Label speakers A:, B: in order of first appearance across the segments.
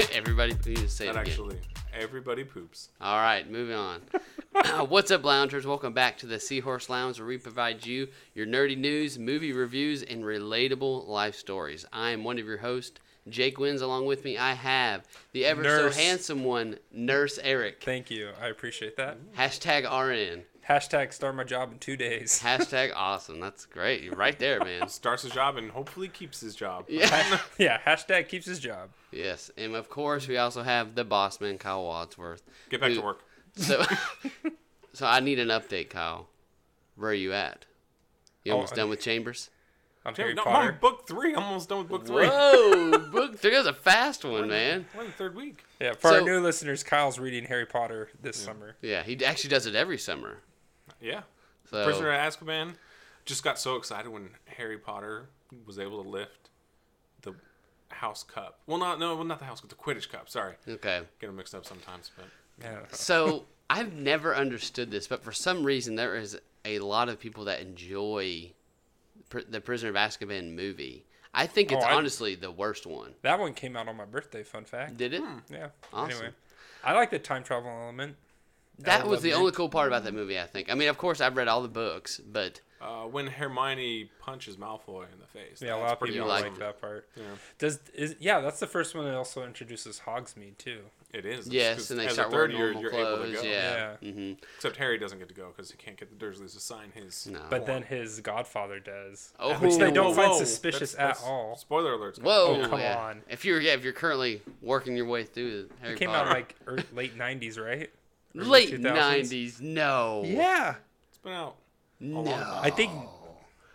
A: Everybody, please say
B: Not
A: it again.
B: actually. Everybody poops.
A: All right, moving on. Uh, What's up, loungers? Welcome back to the Seahorse Lounge, where we provide you your nerdy news, movie reviews, and relatable life stories. I am one of your hosts, Jake Wins. Along with me, I have the ever
C: Nurse.
A: so handsome one, Nurse Eric.
C: Thank you. I appreciate that.
A: Hashtag RN.
C: Hashtag start my job in two days.
A: Hashtag awesome. That's great. You're right there, man.
B: Starts his job and hopefully keeps his job.
A: Yeah.
C: yeah, hashtag keeps his job.
A: Yes, and of course we also have the boss man, Kyle Wadsworth.
B: Get back
A: who-
B: to work.
A: So, so I need an update, Kyle. Where are you at? You
C: Oh,
A: almost
C: I-
A: done with Chambers?
C: I'm
B: Jerry,
C: Harry
B: no, I'm
C: Potter.
B: on book three. I'm almost done with book three.
A: Whoa, book three was a fast one, man.
B: We're in the third week.
C: yeah, for our
A: so-
C: new listeners, Kyle's reading Harry Potter this summer.
A: Yeah, he actually does it every summer.
B: Yeah.
A: So
B: Prisoner of Azkaban. Just got so excited when Harry Potter was able to lift the House Cup. Well, not no, well, not the House Cup, the Quidditch Cup. Sorry,
A: okay,
B: get them mixed up sometimes. But
C: Yeah.
A: so I've never understood this, but for some reason there is a lot of people that enjoy pr- the Prisoner of Azkaban movie. I think it's
C: Oh, I-
A: honestly the worst one.
C: That one came out on my birthday, fun fact.
A: Did it?
C: Yeah.
A: Awesome.
C: Anyway, I like the time travel element.
A: That was
C: love
A: the
C: it.
A: only cool part about that movie, I think. I mean, of course, I've read all the books, but
B: uh, when Hermione punches Malfoy in the face,
C: Yeah, a
B: that's
C: lot of
B: pretty
C: people
A: awesome.
C: like that part.
B: Yeah.
C: Does is yeah, that's the first one that also introduces Hogsmeade too.
B: It is. It's
A: yes,
B: 'cause
A: and they
B: as a
A: start
B: third
A: wearing
B: year,
A: normal
B: you're
A: clothes.
B: able to go.
A: Yeah.
C: Yeah.
A: hmm
B: Except Harry doesn't get to go because he can't get the Dursleys to sign his.
A: No.
C: But then his godfather does.
A: Oh.
C: which they don't
B: Whoa,
C: find
B: whoa,
C: suspicious
B: that's-
C: at
B: that's-
C: all.
B: Spoiler alerts. guys.
A: Whoa!
C: Oh, come
A: yeah.
C: on.
A: If you're yeah, if you're currently working your way through Harry
C: It came
A: Potter,
C: out like ear- late 90s, right? Or early
A: late
C: 2000s?
A: '90s. No.
C: Yeah.
B: It's been out.
A: No.
C: I think
A: Oh.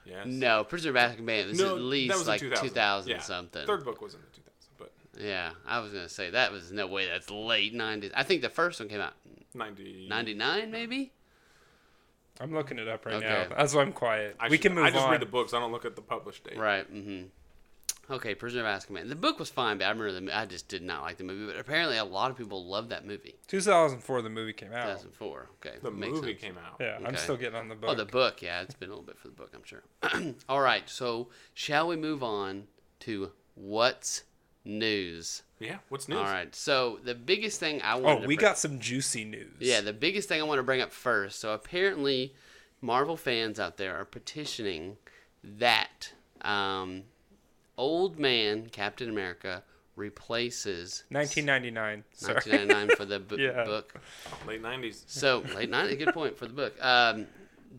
B: Yes.
A: No, Prisoner of Azkaban was
B: No,
A: at
B: that
A: least
B: was in
A: like
B: 2000.
A: 2000,
B: Yeah.
A: something.
B: Third book was in the 2000s, but
A: Yeah, I was gonna say that was no way. That's late '90s. I think the first one came out
B: 90.
A: '99, maybe.
C: I'm looking it up right
A: Okay.
C: now. That's why I'm quiet.
B: I
C: we
B: should-
C: can move
B: I just
C: on.
B: read the books. I don't look at the published date.
A: Right. Mm-hmm. Okay, Prisoner of Azkaban. The book was fine, but I remember the mo- I just did not like the movie. But apparently, a lot of people love that movie.
C: 2004, the movie came out.
A: 2004. Okay,
B: Oh. The
A: makes
B: movie
A: sense.
B: came out.
C: Yeah,
A: Okay.
C: I'm still getting on the book.
A: Oh, the book. Yeah, it's been a little bit for the book, I'm sure. All right, so shall we move on to what's news?
B: Yeah. What's news?
A: All right, so the biggest thing I
C: oh,
A: wanted. to
C: we
A: bring-
C: got some juicy news.
A: Yeah, the biggest thing I want to bring up first. So apparently, Marvel fans out there are petitioning that um, old man Captain America replaces
C: 1999. Sorry.
A: 1999 for the b-
C: Yeah.
A: book
B: Late 90s.
A: so late night, good point for the book. Um,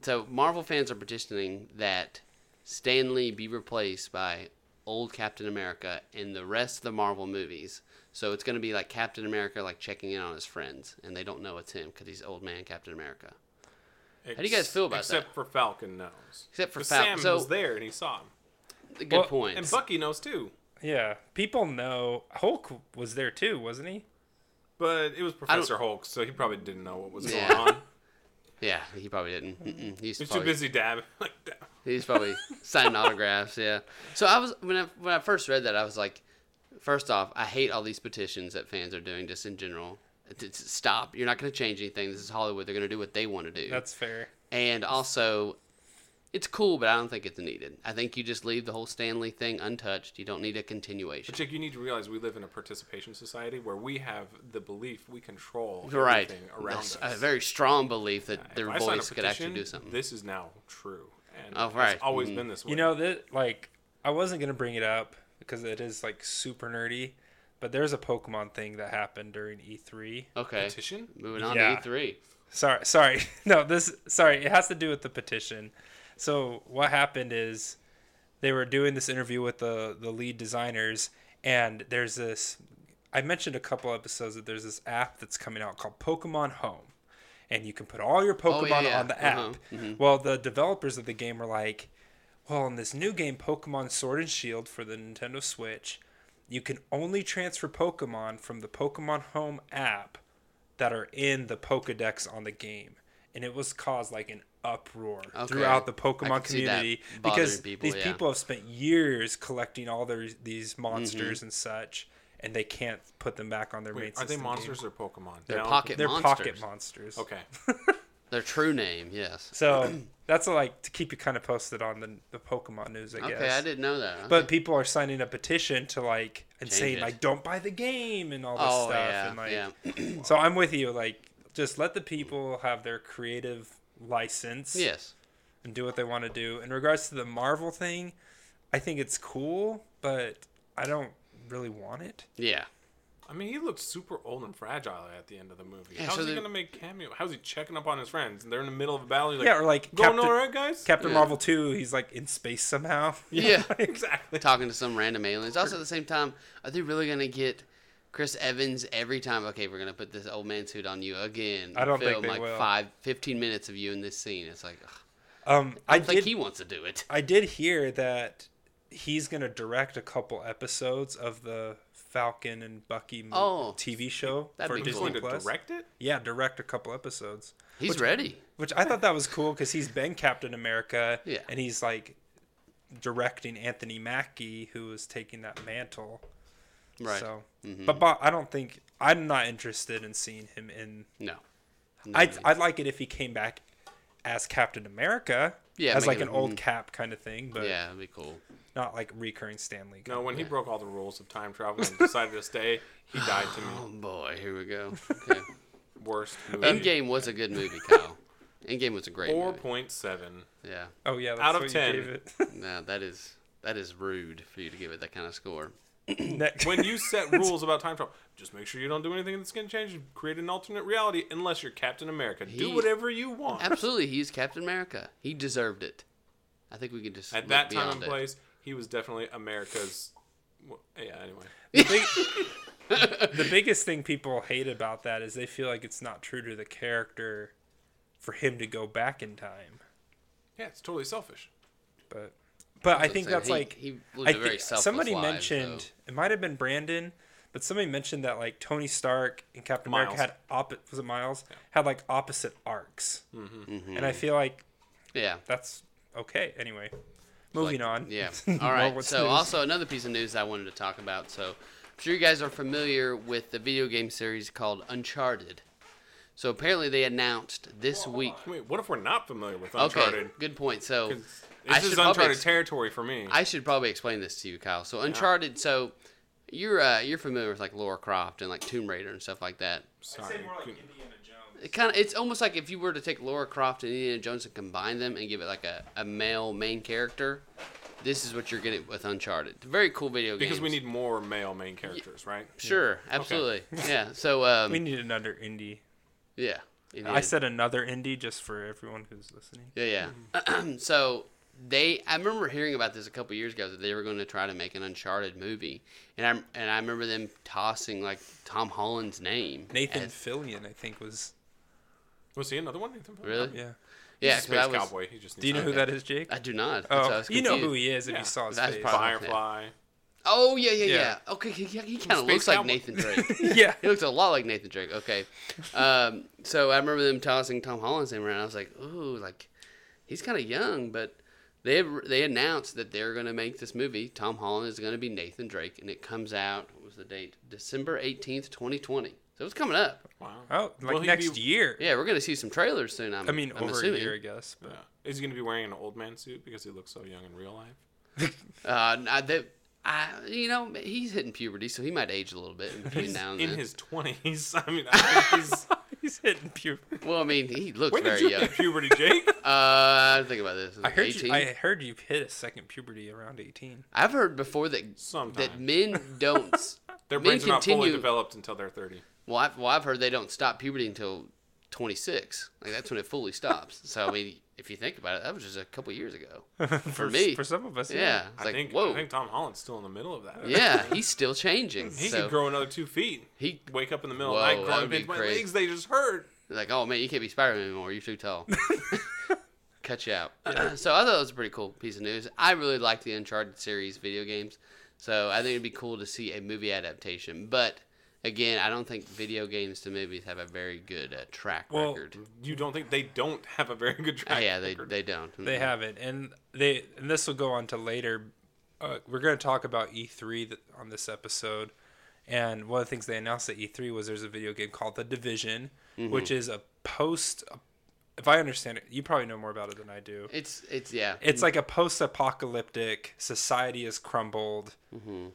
A: so Marvel fans are petitioning that Stanley be replaced by old Captain America in the rest of the Marvel movies. So it's going to be like Captain America, like checking in on his friends, and they don't know it's him because he's old man Captain America. do you guys feel about
B: except
A: that?
B: Except for Falcon knows.
A: Except for
B: 'Cause
A: Fal-
B: Sam
A: so-
B: was there and he saw him.
A: Good
C: Well,
A: point.
B: And Bucky knows too.
C: Yeah. People know Hulk was there too, wasn't he?
B: But it was Professor Hulk, so he probably didn't know what was
A: Yeah.
B: going on.
A: yeah, he probably didn't. Mm-mm, he's
B: He's too
A: probably-
B: busy dabbing. Like, dab.
A: He's probably signing autographs. Yeah. So I was when I when I first read that, I was like, first off, I hate all these petitions that fans are doing just in general. It's- it's- Stop! You're not going to change anything. This is Hollywood. They're going to do what they want to do.
C: That's fair.
A: and also, it's cool, but I don't think it's needed. I think you just leave the whole Stanley thing untouched. You don't need a continuation.
B: But Jake, you need to realize we live in a participation society where we have the belief we control
A: Right.
B: everything around
A: That's
B: us.
A: a very strong belief that
B: If
A: their
B: I sign a
A: voice could actually
B: petition,
A: do something.
B: This is now true. And
A: Oh, right.
B: It's always
A: Mhm.
B: been this way.
C: You know that like I wasn't gonna bring it up because it is like super nerdy, but there's a Pokemon thing that happened during E E3.
A: okay.
B: petition?
A: Moving on to
C: Yeah.
A: E E3.
C: Sorry, sorry. No, this sorry, it has to do with the petition. So what happened is they were doing this interview with the the lead designers and there's this I mentioned a couple episodes that there's this app that's coming out called Pokemon Home. And you can put all your Pokemon
A: Oh, yeah, yeah.
C: on the app.
A: Uh-huh.
C: Well, the developers of the game were like, well, in this new game, Pokemon Sword and Shield for the Nintendo Switch, you can only transfer Pokemon from the Pokemon Home app that are in the Pokedex on the game. And it was caused like an uproar
A: Okay.
C: throughout the
A: I can
C: Pokemon
A: see that
C: community
A: bothering
C: because
A: people,
C: these
A: yeah. Mm-hmm.
C: people have spent years collecting all their these monsters and such, and they can't put them back on their main
B: Wait, are they
C: system game.
B: monsters or Pokemon?
A: They're
B: No.
A: pocket
C: They're
A: monsters.
C: pocket monsters.
B: Okay.
A: Their true name, yes.
C: So that's like to keep you kind of posted on the, the Pokemon news, I
A: Okay,
C: guess.
A: I didn't know that.
C: But people are signing a petition to like and
A: Change
C: saying
A: it.
C: like don't buy the game and all this
A: oh
C: stuff
A: yeah,
C: and like
A: yeah.
C: so I'm with you like just let the people have their creative license
A: yes.
C: and do what they want to do. In regards to the Marvel thing, I think it's cool, but I don't really want it.
A: Yeah.
B: I mean, he looked super old and fragile at the end of the movie.
A: Yeah,
B: How's
A: so
B: he
A: they-
B: gonna make cameo? How's he checking up on his friends? And they're in the middle of a battle. You're like,
C: yeah, or like
B: going
C: Captain,
B: all right, guys.
C: Captain
A: Yeah.
C: Marvel 2, he's like in space somehow.
A: Yeah.
B: exactly.
A: Talking to some random aliens. Also, at the same time, are they really gonna get Chris Evans every time? Okay, we're gonna put this old man suit on you again.
C: I don't think
A: film
C: they
A: like
C: will.
A: five, 15 minutes of you in this scene. It's like ugh,
C: Um
A: I
C: I
A: don't think
C: did
A: he wants to do it.
C: I did hear that he's going to direct a couple episodes of the Falcon and Bucky mo-
A: Oh.
C: TV show
A: That'd be
C: for
B: He's
A: cool.
C: Disney
B: going to
C: Plus.
B: direct it.
C: Yeah, direct a couple episodes.
A: He's
C: Which-
A: ready.
C: Which I thought that was cool because he's been Captain America,
A: Yeah.
C: and he's like directing Anthony Mackie, who is taking that mantle.
A: Right. Mm-hmm.
C: So, but Bob, I don't think I'm not interested in seeing him in.
A: No.
C: I'd I'd like it if he came back as Captain America,
A: Yeah,
C: as
A: make
C: like
A: it
C: an
A: a- mm-hmm.
C: old Cap kind of thing, but
A: Yeah, that'd be cool.
C: not like recurring Stanley.
B: No, when he broke all the rules of time travel and decided to stay, he died to
A: Oh
B: me.
A: boy, here we go. Okay.
B: Worst movie.
A: Endgame was a good movie, Kyle. Endgame was a great
B: Four
A: movie.
B: point seven.
A: Yeah.
C: Oh yeah, that's
B: Out of
C: what
B: 10.
C: You gave it.
A: No, that is that is rude for you to give it that kind of score.
C: Next-
B: When you set rules about time travel, just make sure you don't do anything that's gonna change. and Create an alternate reality unless you're Captain America.
A: He-
B: do whatever you want.
A: Absolutely, he's Captain America. He deserved it. I think we can just
B: At
A: look
B: that time and
A: beyond it.
B: place, he was definitely America's. well, Yeah. Anyway,
C: the, big, the biggest thing people hate about that is they feel like it's not true to the character for him to go back in time.
B: yeah, it's totally selfish.
C: But but I
A: saying.
C: think that's
A: He-
C: like
A: he lived
C: I
A: a very
C: think
A: selfless
C: somebody
A: life,
C: mentioned
A: so-
C: it might have been Brandon, but somebody mentioned that like Tony Stark and Captain
B: Miles.
C: America had opposite was it Miles had like opposite arcs,
B: Mm-hmm.
C: and
A: Mm-hmm.
C: I feel like
A: Yeah.
C: that's okay. Anyway, moving on.
A: Yeah. All
C: More
A: right.
C: what's
A: so
C: news.
A: also another piece of news I wanted to talk about. So I'm sure you guys are familiar with the video game series called Uncharted. So apparently they announced this week.
B: Wait, what if we're not familiar with
A: Okay.
B: Uncharted?
A: Good point. So
B: This
A: I
B: is
A: should probably
B: Uncharted
A: ex-
B: territory for me.
A: I should probably explain this to you, Kyle. So Uncharted. So you're uh, you're familiar with like Laura Croft and like Tomb Raider and stuff like that.
B: Sorry.
C: Indiana Jones.
A: It kind of it's almost like if you were to take Laura Croft and Indiana Jones and combine them and give it like a, a male main character. This is what you're getting with Uncharted. Very cool video game.
B: because we need more male main characters, right?
A: Sure, absolutely. yeah. So um,
C: We need another indie.
A: yeah. It
C: I
A: is.
C: said another indie just for everyone who's listening.
A: Yeah, yeah. so they, I remember hearing about this a couple years ago that they were going to try to make an Uncharted movie, and I and I remember them tossing like Tom Holland's name.
C: Nathan
A: as-
C: Fillion, I think, was
B: Was he another one? Nathan Fillion?
A: really?
C: yeah.
A: Yeah.
B: He's a
A: 'cause I
B: space
A: was-
B: cowboy. He just needs
C: Do you know who
A: Okay.
C: that is, Jake?
A: I do not. That's why I
C: oh,
A: was
C: you know who
A: confused.
C: he is if
B: Yeah.
C: you saw his
A: That's
C: face.
A: probably-
B: Firefly.
A: Oh yeah, yeah, yeah.
C: Yeah.
A: Okay, he, he kind of
B: Space
A: looks like
B: cowboy.
A: Nathan Drake.
C: yeah.
A: he looks a lot like Nathan Drake. Okay, um, so I remember them tossing Tom Holland's name around. I was like, ooh, like he's kind of young, but they they announced that they're going to make this movie. Tom Holland is going to be Nathan Drake, and it comes out. What was the date? December eighteenth, twenty twenty. So it's coming up.
B: Wow.
C: Oh, like
B: Will he
C: next
B: be-
C: year.
A: Yeah, we're going to see some trailers soon. I'm,
C: I mean,
A: I'm
C: over
A: assuming.
C: a year, I guess. But
B: Yeah. Is he going to be wearing an old man suit because he looks so young in real life?
A: Uh, I, that, I, you know, he's hitting puberty, so he might age a little bit in between
B: He's
A: now and
B: in
A: then.
B: his twenties. I mean, I think he's.
C: he's hitting puberty.
A: well, I mean, he looks
B: When did
A: very
B: you
A: young.
B: hit puberty, Jake?
A: Uh, think about this.
C: I heard
A: 18?
C: you. I heard you hit a second puberty around eighteen.
A: I've heard before that that
B: Sometime.
A: men don't.
B: Their
A: men
B: brains are not fully
A: continue-
B: developed until they're thirty.
A: Well I've, well, I've heard they don't stop puberty until 26. Like that's when it fully stops. so I mean, if you think about it, that was just a couple years ago.
C: for,
A: me.
C: for some of us,
A: Yeah,
C: yeah.
A: it's
B: I
A: like
B: think.
A: whoa.
B: I think Tom Holland's still in the middle of that.
A: yeah, he's still changing.
B: He
A: so
B: could grow another two feet.
A: he
B: Wake up in the middle
A: Whoa,
B: of the night,
A: that
B: crawling,
A: would be
B: "Bitch, my
A: crazy."
B: legs they just hurt.
A: like, oh man, you can't be Spider Man anymore. You're too tall. Cut you out. so I thought it was a pretty cool piece of news. I really like the Uncharted series video games, so I think it'd be cool to see a movie adaptation. But again, I don't think video games to movies have a very good uh, track
C: Well,
A: record.
B: You don't think they don't have a very good
A: Uh,
B: track?
A: yeah, they
B: record?
A: they don't. Hmm.
C: They haven't, and they and this will go on to later. Uh, we're going to talk about E3 th- on this episode, and one of the things
A: Mm-hmm.
C: E they announced at E3 was there's a video game called The Division, which is a post if I understand it, you probably know more about it than I do.
A: It's it's yeah.
C: It's like a post-apocalyptic society has crumbled,
A: Mm-hmm.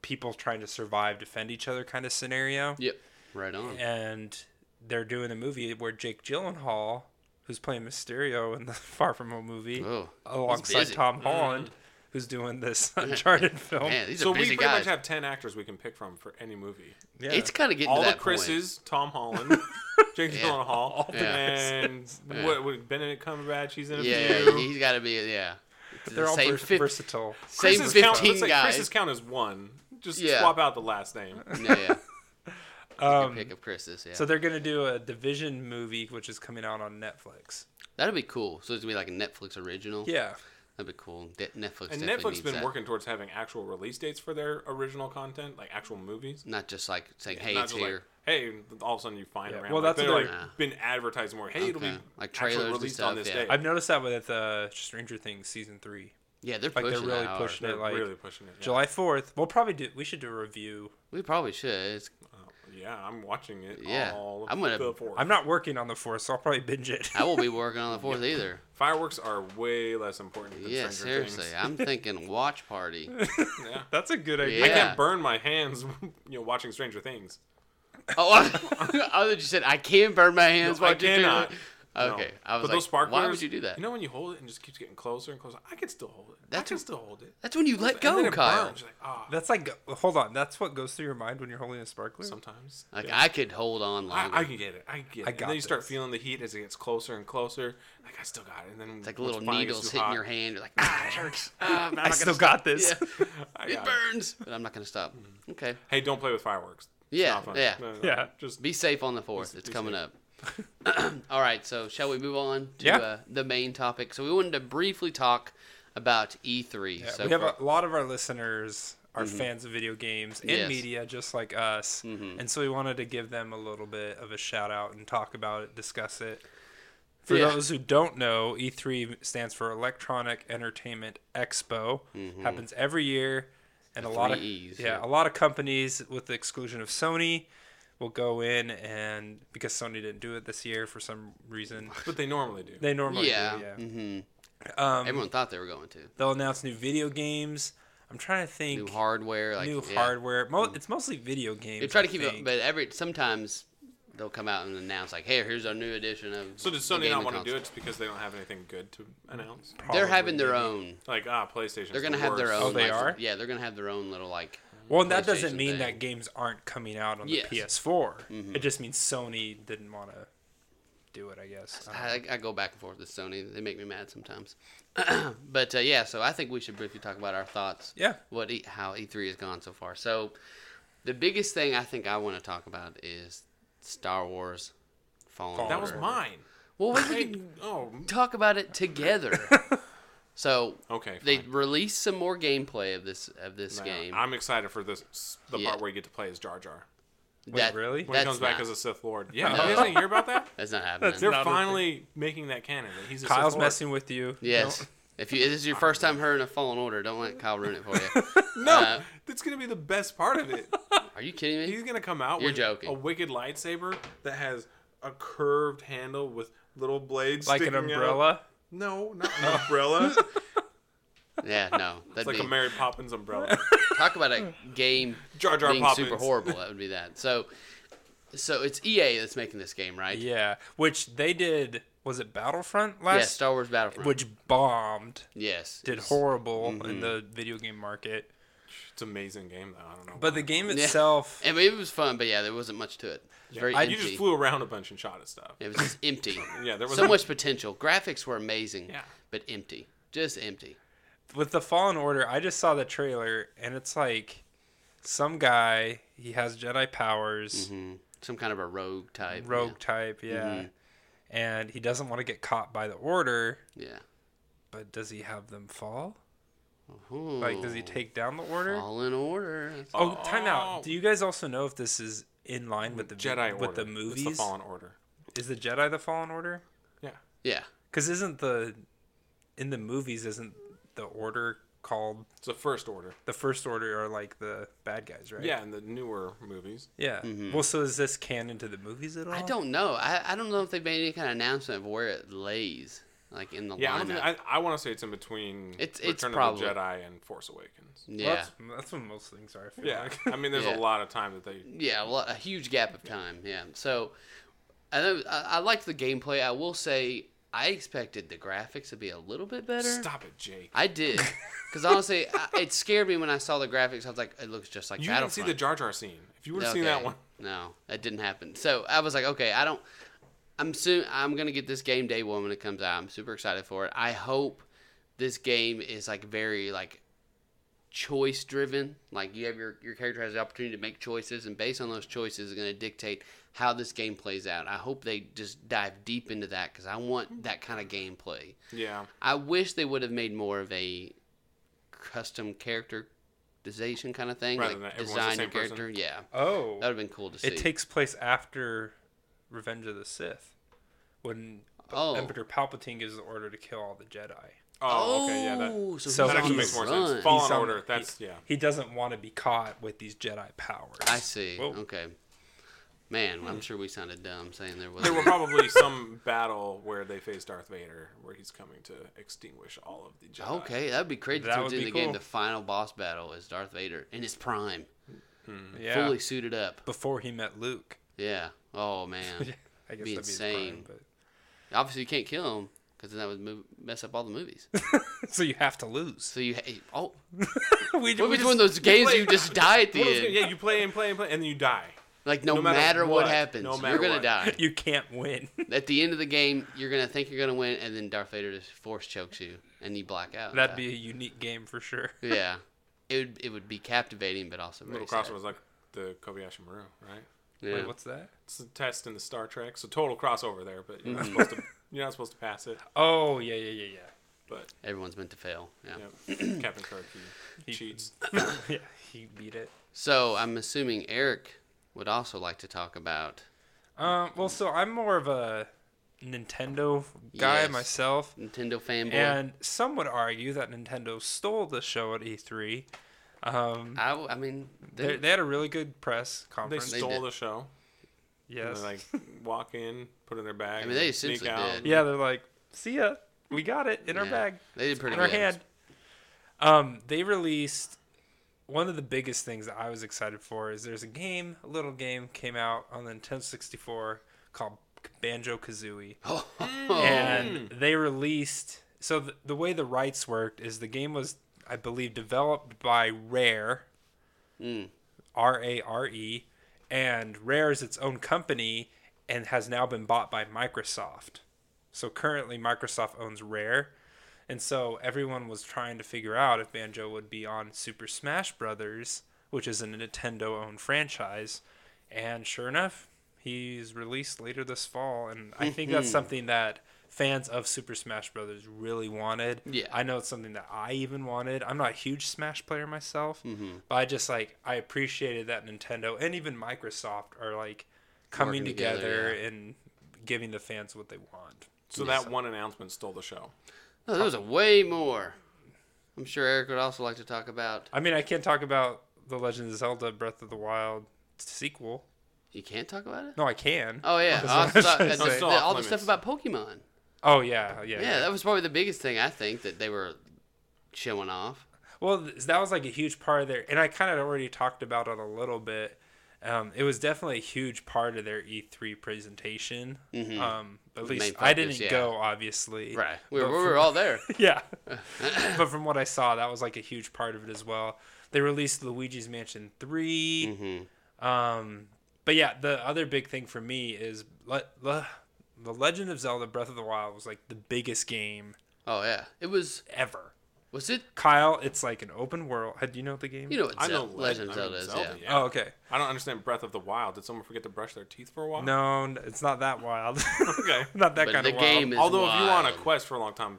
C: people trying to survive, defend each other kind of scenario.
A: yep. Right on.
C: And they're doing a movie where Jake Gyllenhaal, who's playing Mysterio in the Far From Home movie,
A: Oh, he's
C: alongside
A: busy. Mm-hmm.
C: Tom Holland, who's doing this Uncharted film.
A: Man, these
B: So
A: are
B: we
A: busy
B: pretty
A: guys.
B: much have ten actors we can pick from for any movie.
C: yeah.
A: It's kind of getting
B: All
A: to
B: the
A: that point.
B: Chris's, Tom Holland, James
A: Yeah.
B: Gyllenhaal, Hall,
C: the
B: and
A: Yeah.
B: what, what Benedict Cumberbatch. He's in a
A: Yeah,
B: few.
A: he's got to be yeah. It's
C: they're
A: the
C: all
A: same,
C: vers-
A: fif-
C: versatile.
A: same
B: Chris's
A: fifteen
B: count, let's say
A: guys.
B: Chris's count is one. Just
A: Yeah.
B: swap out the last name.
A: yeah, yeah.
C: Um,
A: pick up Chris's. Yeah,
C: So they're gonna do a division movie, which is coming out on Netflix.
A: that'd be cool. So it's gonna be like a Netflix original.
C: Yeah,
A: that'd be cool. De- Netflix
B: And
A: definitely
B: Netflix
A: needs
B: has been
A: that.
B: working towards having actual release dates for their original content, like actual movies.
A: Not just like saying, "Hey,
B: Not
A: it's
B: just like,
A: here."
B: hey, all of a sudden you find
C: Yeah.
B: around.
C: Well,
B: like,
C: that's
B: they're
C: what
B: like
A: I-
B: been advertising more. Hey, it'll be
A: Okay. Like
B: actually
A: trailers and
B: released
A: stuff,
B: on this
A: yeah.
B: day.
C: I've noticed that with uh, Stranger Things season three.
A: Yeah, they're
C: Like,
A: pushing
C: they're really
A: that hard.
C: pushing
B: They're
C: it, like,
B: really pushing it. Yeah.
C: July fourth. We'll probably do. We should do a review.
A: We probably should. It's,
B: Yeah, I'm watching it.
A: Yeah.
B: all of
A: I'm gonna-
B: the 4th
C: I'm not working on the fourth, so I'll probably binge it.
A: I won't be working on the fourth either.
B: Fireworks are way less important. Than
A: Yeah,
B: Stranger
A: seriously.
B: Things.
A: I'm thinking watch party.
B: Yeah.
C: That's a good
B: I
A: Yeah.
C: idea.
B: can't burn my hands, you know, watching Stranger Things.
A: Oh, I thought you said I can burn my hands
B: No, I
A: watching TV.
B: cannot. No.
A: Okay, I was
B: but
A: like,
B: those sparklers,
A: why would you do that?
B: You know when you hold it and just keeps getting closer and closer. I can still hold it. I
A: That's
B: can
A: what-
B: still hold it.
A: That's when you let
B: and
A: go,
B: then it
A: Kyle.
B: burns. You're like, ah,
C: That's like, hold on. That's what goes through your mind when you're holding a sparkler.
B: sometimes.
A: Like
B: Yeah.
A: I could hold on longer.
B: I, I can get it. I can get it.
C: I
B: and
C: got
B: then you start
C: this.
B: feeling the heat as it gets closer and closer. Like I still got it. And then
A: it's like little needles hitting your hand. You're like, ah, it hurts.
C: I still got this.
A: Yeah,
B: I
A: it
B: got it.
A: burns. But I'm not gonna stop.
C: Mm-hmm.
A: Okay,
B: Hey, don't play with fireworks. It's
A: Yeah,
B: not fun.
A: yeah.
B: No, no, no.
C: Yeah.
B: Just
A: be safe on the fourth. It's
B: be
A: coming up. All right, so shall we move on to
C: Yeah.
A: uh, the main topic? So we wanted to briefly talk about E3.
C: Yeah,
A: so
C: we have
A: for-
C: a lot of our listeners are fans of video games and
A: Yes. Mm-hmm.
C: media, just like us, and so we wanted to give them a little bit of a shout out and talk about it, discuss it. For
A: Yeah.
C: those who don't know, E3 stands for Electronic Entertainment Expo. Happens every year, and a lot of
A: Mm-hmm. three E's,
C: yeah,
A: yeah.
C: a lot of companies, with the exclusion of Sony, will go in and because Sony didn't do it this year for some reason,
B: what they normally do.
C: they normally
A: yeah,
C: do. Yeah,
A: hmm
C: um,
A: everyone thought they were going to
C: they'll announce new video games. I'm trying to think
A: new hardware, like
C: new
A: yeah. Mm.
C: hardware. Mo- It's mostly video games.
A: They try
C: I
A: to keep it,
C: think.
A: but every sometimes they'll come out and announce like, "Hey, here's our new edition of."
B: so did
A: the
B: Sony
A: gaming
B: not want to do
A: console."
B: it just because they don't have anything good to announce?
A: They're
C: Probably,
A: having their
C: maybe.
A: own.
B: Like ah, PlayStation.
A: They're gonna have their own.
C: Oh, they
A: like,
C: are?
A: Yeah, they're gonna have their own little like.
C: Well, and that
A: PlayStation
C: doesn't mean
A: thing.
C: that games aren't coming out on
A: Yes. Mm-hmm.
C: the PS4. It just means Sony didn't want to do it. I guess. I don't know.
A: I, I go back and forth with Sony. They make me mad sometimes. but uh, yeah, so I think we should briefly talk about our thoughts.
C: Yeah.
A: What e, how E3 has gone so far. So the biggest thing I think I want to talk about is Star Wars Fallen
C: Fallen
B: That
A: Order.
B: was mine.
A: Well, we
B: Hey,
A: can
B: oh,
A: talk about it together. so
B: okay.
A: they
B: fine.
A: released some more gameplay of this of this
B: Nah,
A: game.
B: I'm excited for this s- the
A: Yeah.
B: part where you get to play as Jar Jar.
A: That-
C: really?
B: When he
A: That's
B: comes back
A: not-
B: as a Sith Lord. Yeah,
A: No.
B: you guys didn't hear about that?
A: That's not happening.
C: That's
B: They're
C: Not a thing.
B: finally making that canon. That he's a Sith
C: Kyle's
B: Lord.
C: messing with you.
A: yes.
C: No.
A: If you this is your first time hearing a Fallen Order, don't let Kyle ruin it for you.
B: No,
A: Uh,
B: that's gonna be the best part of it.
A: Are you kidding me?
B: He's gonna come out
A: You're
B: with
A: joking.
B: a wicked lightsaber that has a curved handle with little blades,
C: Like an
B: sticking out.
C: umbrella.
B: No, not an umbrella.
A: Yeah, no. That'd
B: it's like
A: be
B: a Mary Poppins umbrella.
A: talk about a game
B: Jar Jar
A: being
B: Poppins.
A: super horrible. That would be that. So, so it's EA that's making this game, right?
C: Yeah, which they did. Was it Battlefront
A: Yeah,
C: last?
A: Star Wars Battlefront.
C: Which bombed.
A: yes, Mm-hmm.
C: Did horrible in the video game market.
B: It's an amazing game though. I don't know.
C: But
B: why.
C: the game
A: Yeah.
C: itself.
A: I mean, it was fun, but yeah, there wasn't much to it. It was very
C: I-
A: empty.
B: you just flew around a bunch and shot at stuff.
A: It was just empty.
B: Yeah, there was
A: so much potential. Graphics were amazing,
B: Yeah.
A: but empty. Just empty.
C: with the Fallen Order, I just saw the trailer and it's like some guy he has Jedi powers,
A: Mm. Some kind of a rogue type.
C: rogue type, yeah, and he doesn't want to get caught by the Order,
A: Yeah. yeah.
C: but does he have them fall?
A: Ooh,
C: Like, does he take down the Order?
A: Fallen Hmm. Order?
C: Oh, time
B: Oh.
C: out. Do you guys also know if this is in line with the
B: Jedi
C: with
B: Order. It's
C: the
B: the
C: movies?
B: Fallen Order.
C: Is the Jedi the Fallen Order?
B: Yeah.
A: Yeah.
C: Because isn't the in the movies isn't the Order called
B: It's the first order.
C: the First Order are like the bad guys, right?
B: Yeah, in the newer movies.
C: Yeah.
A: Mm-hmm.
C: Well, so is this canon to the movies at all?
A: I don't know. I, I don't know if they made any kind of announcement of where it lays, like in the
B: Yeah, I, don't
A: lineup.
B: think, I, I want to say it's in between
A: It's-
B: Return
A: it's
B: of
A: probably-
B: the Jedi and Force Awakens.
A: yeah,
C: Well, that's, that's what most things are. I feel
B: Yeah,
C: like.
B: I mean, there's
A: Yeah.
B: a lot of time that they.
A: yeah, a, lot, a huge gap of time. Yeah, so I know I, I liked the gameplay. I will say I expected the graphics to be a little bit better.
B: Stop it, Jake.
A: I did, because honestly, I, it scared me when I saw the graphics. I was like, it looks just like
B: You didn't
A: Battlefront.
B: see the Jar Jar scene. If you would have seen that
A: Okay.
B: one,
A: No, that didn't happen. So I was like, okay, I don't. I'm soon. I'm gonna get this game day one when it comes out. I'm super excited for it. I hope this game is like very like choice driven. Like you have your your character has the opportunity to make choices, and based on those choices, is gonna dictate how this game plays out. I hope they just dive deep into that because I
B: Mm-hmm.
A: want that kind of gameplay.
B: yeah,
A: I wish they would have made more of a custom characterization kind of thing,
B: Rather than
A: like
B: everyone's the
A: design your
B: same person.
A: character. Yeah.
C: Oh.
A: That would have been cool to see.
C: It takes place after Revenge of the Sith, when
A: Oh.
C: Emperor Palpatine gives the order to kill all the Jedi.
B: Oh, okay, yeah. That,
A: so,
C: So
A: he's
B: that actually
A: on
B: makes
A: the
B: more
A: run.
B: sense. Fallen
C: He's on-
B: Order. That's
C: he,
B: yeah.
C: He doesn't want to be caught with these Jedi powers.
A: I see.
C: Whoa.
A: Okay. Man, I'm sure we sounded dumb saying there was.
B: There were probably some battle where they faced Darth Vader, where he's coming to extinguish all of the Jedi.
A: okay, that'd be crazy.
C: That
A: to
C: would
A: in
C: be
A: the game,
C: cool.
A: the final boss battle is Darth Vader in his prime,
C: Mm. Yeah.
A: fully suited up.
C: Before he met Luke.
A: Yeah. Oh man.
C: I guess
A: Be
C: that'd be
A: insane.
C: his prime,
A: Obviously, you can't kill him because then that would move, mess up all the movies.
C: but so you have to lose.
A: So you hey, oh,
C: we,
A: what
C: we
A: was
C: just-
A: one of those games
B: play-
A: you just die at the
B: One of those
A: end?
B: games- yeah, you play and play and play, and then you die.
A: Like no,
B: No
A: matter,
B: matter
A: what,
B: what,
A: happens,
B: no matter
A: you're gonna
B: what.
A: die.
C: You can't win.
A: At the end of the game, you're gonna think you're gonna win, and then Darth Vader just force chokes you, and you black out.
C: That'd be a unique game for sure.
A: yeah. It would it would be captivating, but also very
B: Little
A: sad.
B: crossover was like the Kobayashi Maru, right?
A: Yeah.
C: Wait, what's that?
B: It's a test in the Star Trek, so total crossover there, but you're not
A: Mm-hmm.
B: supposed to. You're not supposed to pass it,
C: Oh yeah, yeah, yeah, yeah.
B: but
A: Everyone's meant to fail. Yeah.
B: yeah, Captain Kirk he cheats.
C: yeah, he beat it.
A: So I'm assuming Eric would also like to talk about
C: Um, well, so I'm more of a Nintendo guy
A: Yes.
C: myself,
A: Nintendo fanboy.
C: and some would argue that Nintendo stole the show at E3. Um,
A: I, w- I mean,
C: they,
A: Uh, they,
C: they had a really good press
B: They
C: conference.
B: stole
A: did.
B: the show. And
C: yes.
B: they, like walk in, put it in their bag.
A: I mean, they
B: and sneak
A: essentially
B: out.
A: did.
C: yeah, they're like, see ya, we got it in our
A: yeah,
C: bag.
A: They did pretty
C: in our
A: good.
C: hand. Um, they released one of the biggest things that I was excited for is there's a game, a little game came out on the Nintendo 64 called Banjo Kazooie,
A: Oh,
C: and they released. So the, the way the rights worked is the game was, I believe, developed by Rare, R A R E, and Rare is its own company and has now been bought by Microsoft. So currently, Microsoft owns Rare, and so everyone was trying to figure out if Banjo would be on Super Smash Brothers, which is a Nintendo-owned franchise. And sure enough, he's released later this fall, and I think
A: Mm-hmm.
C: that's something that fans of Super Smash Brothers really wanted.
A: Yeah.
C: I know it's something that I even wanted. I'm not a huge Smash player myself,
A: Mm-hmm.
C: but I just like I appreciated that Nintendo and even Microsoft are like coming
A: Working together,
C: together, and giving the fans what they want.
B: So that one announcement stole the show.
A: no, oh, there was a way more. I'm sure Eric would also like to talk about.
C: I mean, I can't talk about the Legend of Zelda Breath of the Wild sequel.
A: You can't talk about it.
C: No, I can.
A: Oh yeah,
C: That's
A: all,
C: what I was
A: the-
C: trying to
A: the-
B: say.
A: the- all the
B: Off
A: stuff about
B: limits.
A: Pokemon.
C: Oh yeah, yeah.
A: Yeah, that was probably the biggest thing I think that they were showing off.
C: Well, th- that was like a huge part of their, and I kind of already talked about it a little bit. Um, it was definitely a huge part of their E3 presentation. Um, at least I
A: Mm-hmm. focus,
C: didn't
A: yeah.
C: go, obviously.
A: Right, we were,
C: But
A: we
C: from-
A: were all there.
C: yeah. but from what I saw, that was like a huge part of it as well. They released Luigi's Mansion 3.
A: Mm-hmm.
C: Um, but yeah, the other big thing for me is Le- Le- The Legend of Zelda Breath of the Wild was like the biggest game
A: Oh yeah, it was.
C: ever.
A: Was it?
C: Kyle, it's like an open world. Do you know the game?
A: You know what
B: I know
A: Zel- Legend of
B: I mean,
A: Zelda is? yeah.
C: Oh, okay.
B: I don't understand Breath of the Wild. Did someone forget to brush their teeth for a while?
C: No, n- it's not that wild.
B: Okay.
C: not that
A: But
C: kind
A: the
C: of
A: game
C: wild.
A: is
B: Although if you were on a
A: wild.
B: quest for a long time,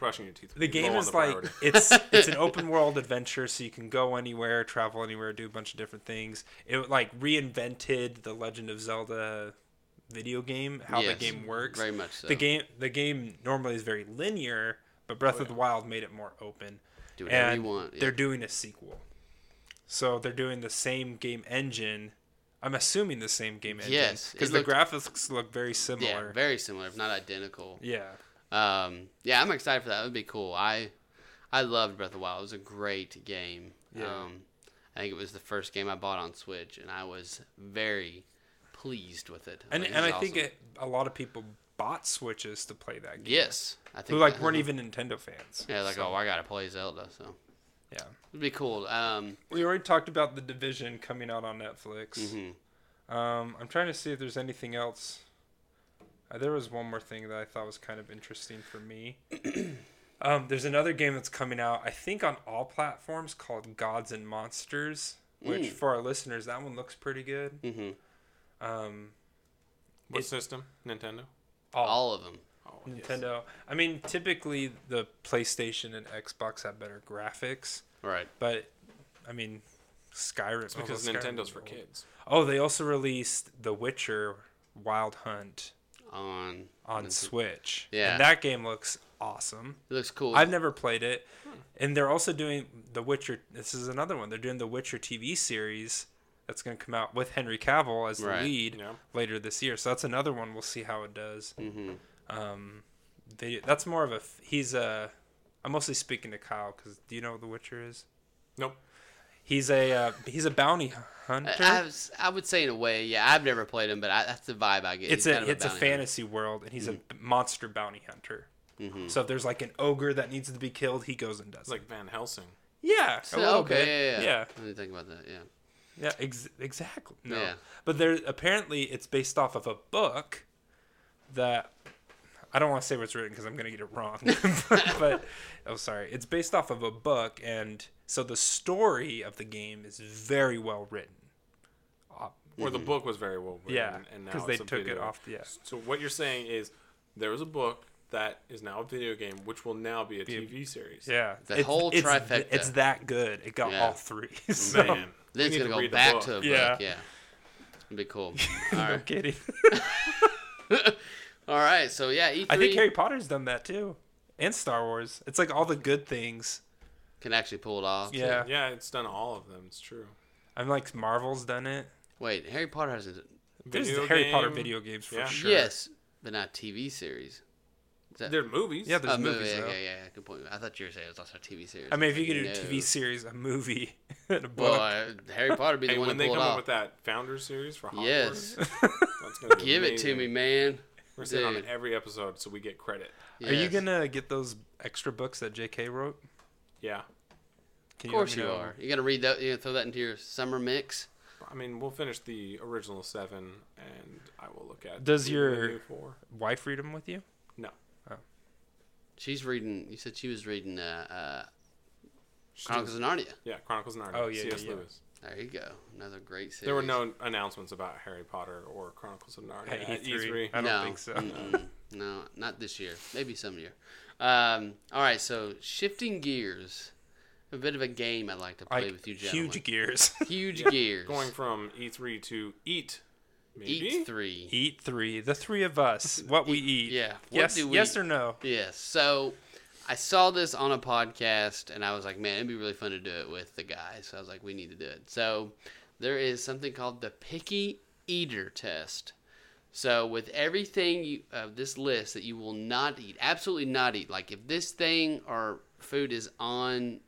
B: brushing your teeth. would
C: The
B: be
C: game
B: low on
C: is
B: the
C: like
B: priority.
C: it's it's an open world adventure, so you can go anywhere, travel anywhere, do a bunch of different things. It like reinvented the Legend of Zelda video game, how
A: Yes,
C: the game works.
A: very much so.
C: The game the game normally is very linear, but Breath of the Wild made it more open.
A: Do Oh, whatever
C: and
A: you want. yeah.
C: they're doing a sequel. So they're doing the same game engine. I'm assuming the same game engine.
A: Yes, it
C: because the
A: looked-
C: graphics look very
A: yeah,
C: similar.
A: very similar, if not identical.
C: yeah,
A: Um, yeah, I'm excited for that. That would be cool. I I loved Breath of the Wild. It was a great game.
C: Yeah.
A: Um, I think it was the first game I bought on Switch, and I was very pleased with it.
C: and
A: Like, this
C: and I
A: is
C: think
A: awesome.
C: it, a lot of people bought Switches to play that game.
A: yes, I think
C: who like
A: that-
C: weren't even Nintendo fans.
A: yeah like
C: So,
A: oh I gotta play Zelda so
C: yeah.
A: it'd be cool. Um,
C: We already talked about the Division coming out on Netflix.
A: mhm.
C: Um, I'm trying to see if there's anything else. Uh, there was one more thing that I thought was kind of interesting for me. um, there's another game that's coming out, I think, on all platforms called Gods and Monsters,
A: Mm.
C: which for our listeners, that one looks pretty good.
A: Mhm.
C: Um,
B: What
C: It-
B: system? Nintendo.
C: all,
A: all of them.
B: Oh, yes.
C: Nintendo. I mean, typically the PlayStation and Xbox have better graphics,
A: Right.
C: but I mean, Skyrim.
B: It's because Nintendo's for kids.
C: Oh, they also released The Witcher Wild Hunt.
A: On
C: on
A: Nintendo.
C: Switch.
A: Yeah.
C: And that game looks awesome.
A: It looks cool.
C: I've never played it.
B: Hmm.
C: And they're also doing The Witcher. This is another one. They're doing The Witcher TV series that's going to come out with Henry Cavill as the
A: Right.
C: lead
B: Yeah.
C: later this year. So that's another one. We'll see how it does.
A: mm-hmm.
C: Um, they, that's more of a. f- He's a. I'm mostly speaking to Kyle because do you know what The Witcher is?
B: Nope.
C: He's a uh, he's a bounty hunter.
A: Uh, I, I, was- I would say in a way, yeah. I've never played him, but I, that's the vibe I get.
C: it's
A: He's
C: a,
A: kind of
C: it's a
A: bounty Mm-hmm.
C: fantasy world, and he's a b- monster bounty hunter. So if there's like an ogre that needs to be killed, he goes and does
B: It's
C: it.
B: like Van Helsing.
C: Yeah,
A: So,
C: a little
A: okay,
C: bit.
A: Yeah, yeah,
C: yeah,
A: Let me think about that. Yeah.
C: yeah, ex- exactly. No,
A: Yeah.
C: but there apparently it's based off of a book that I don't want to say what's written because I'm gonna get it wrong. but oh, sorry, it's based off of a book, and so the story of the game is very well written. Uh,
B: Or the book was very well written.
C: yeah,
B: and now
C: because they
B: it's a
C: took it
B: video.
C: off. The, yeah,
B: So what you're saying is there was a book that is now a video game, which will now be a TV series.
C: yeah,
A: The whole
C: it's, th-
A: trifecta.
C: It's that good. It got
A: Yeah.
C: all three. So,
B: Man, we
A: Then
B: need
A: it's gonna
B: to
A: go
B: read the
A: back
B: book.
A: to a book. Yeah.
C: Yeah.
A: It'd be cool. All
C: no
A: right.
C: kidding.
A: All right. So yeah, E E3
C: I think Harry Potter's done that too, and Star Wars. It's like all the good things.
A: can actually pull it off.
C: Yeah.
B: Yeah, it's done all of them. It's true.
C: I'm like Marvel's done it.
A: Wait, Harry Potter hasn't.
C: There's
B: Video
C: Harry Potter
B: game.
C: video games for
B: Yeah.
C: sure.
A: Yes, but not TV series.
B: They're movies.
C: Yeah, there's
A: Oh, movie,
C: movies
A: yeah,
C: though.
A: yeah, yeah. Good point. I thought you were saying it was also a TV series.
C: I mean, if you
A: Like,
C: could do a
A: no.
C: TV series, a movie, and a
A: well,
C: book.
A: uh, Harry Potter be the
B: hey,
A: one
B: when
A: to
B: they
A: pull
B: come
A: it
B: up
A: off.
B: with that founder series for Hogwarts,
A: Yes.
B: that's gonna be
A: Give it to
B: amazing.
A: me, man.
B: We're sitting on
A: dude.
B: every episode, so we get credit.
A: Yes.
C: Are you gonna get those extra books that J.K. wrote?
B: Yeah,
C: Can
A: Of
C: let
A: course
C: me
A: you
C: know?
A: are. You're gonna read that. You're gonna throw that into your summer mix.
B: I mean, we'll finish the original seven, and I will look at.
C: Does
B: the
C: your-
B: new four?
C: Wife read them with you?
B: No,
A: She's reading. You said she was reading uh, uh,
B: She
A: Chronicles
B: does-
A: of Narnia.
B: Yeah, Chronicles of Narnia.
C: Oh, yeah,
B: C.S.
C: yeah, yeah.
B: Lewis.
A: There you go. Another great series.
B: There were no announcements about Harry Potter or Chronicles of Narnia
C: At
B: at E
C: E3.
B: E3.
C: E I don't
A: no,
C: think so.
A: mm-mm. no, not this year. Maybe some year. Um, all right. So shifting gears, a bit of a game I'd like to play
C: Like
A: with you, gentlemen.
C: huge gears.
A: Huge gears.
B: Going from E3 to Eat, maybe.
A: Eat E three.
C: eat E three. The three of us. What we eat.
A: E, Yeah. What
C: Yes.
A: do we
C: yes
A: eat?
C: or no?
A: Yes. So I saw this on a podcast and I was like, man, it'd be really fun to do it with the guys. So I was like, we need to do it. So there is something called the picky eater test. So with everything you, of this list that you will not eat, absolutely not eat, like if this thing or food is on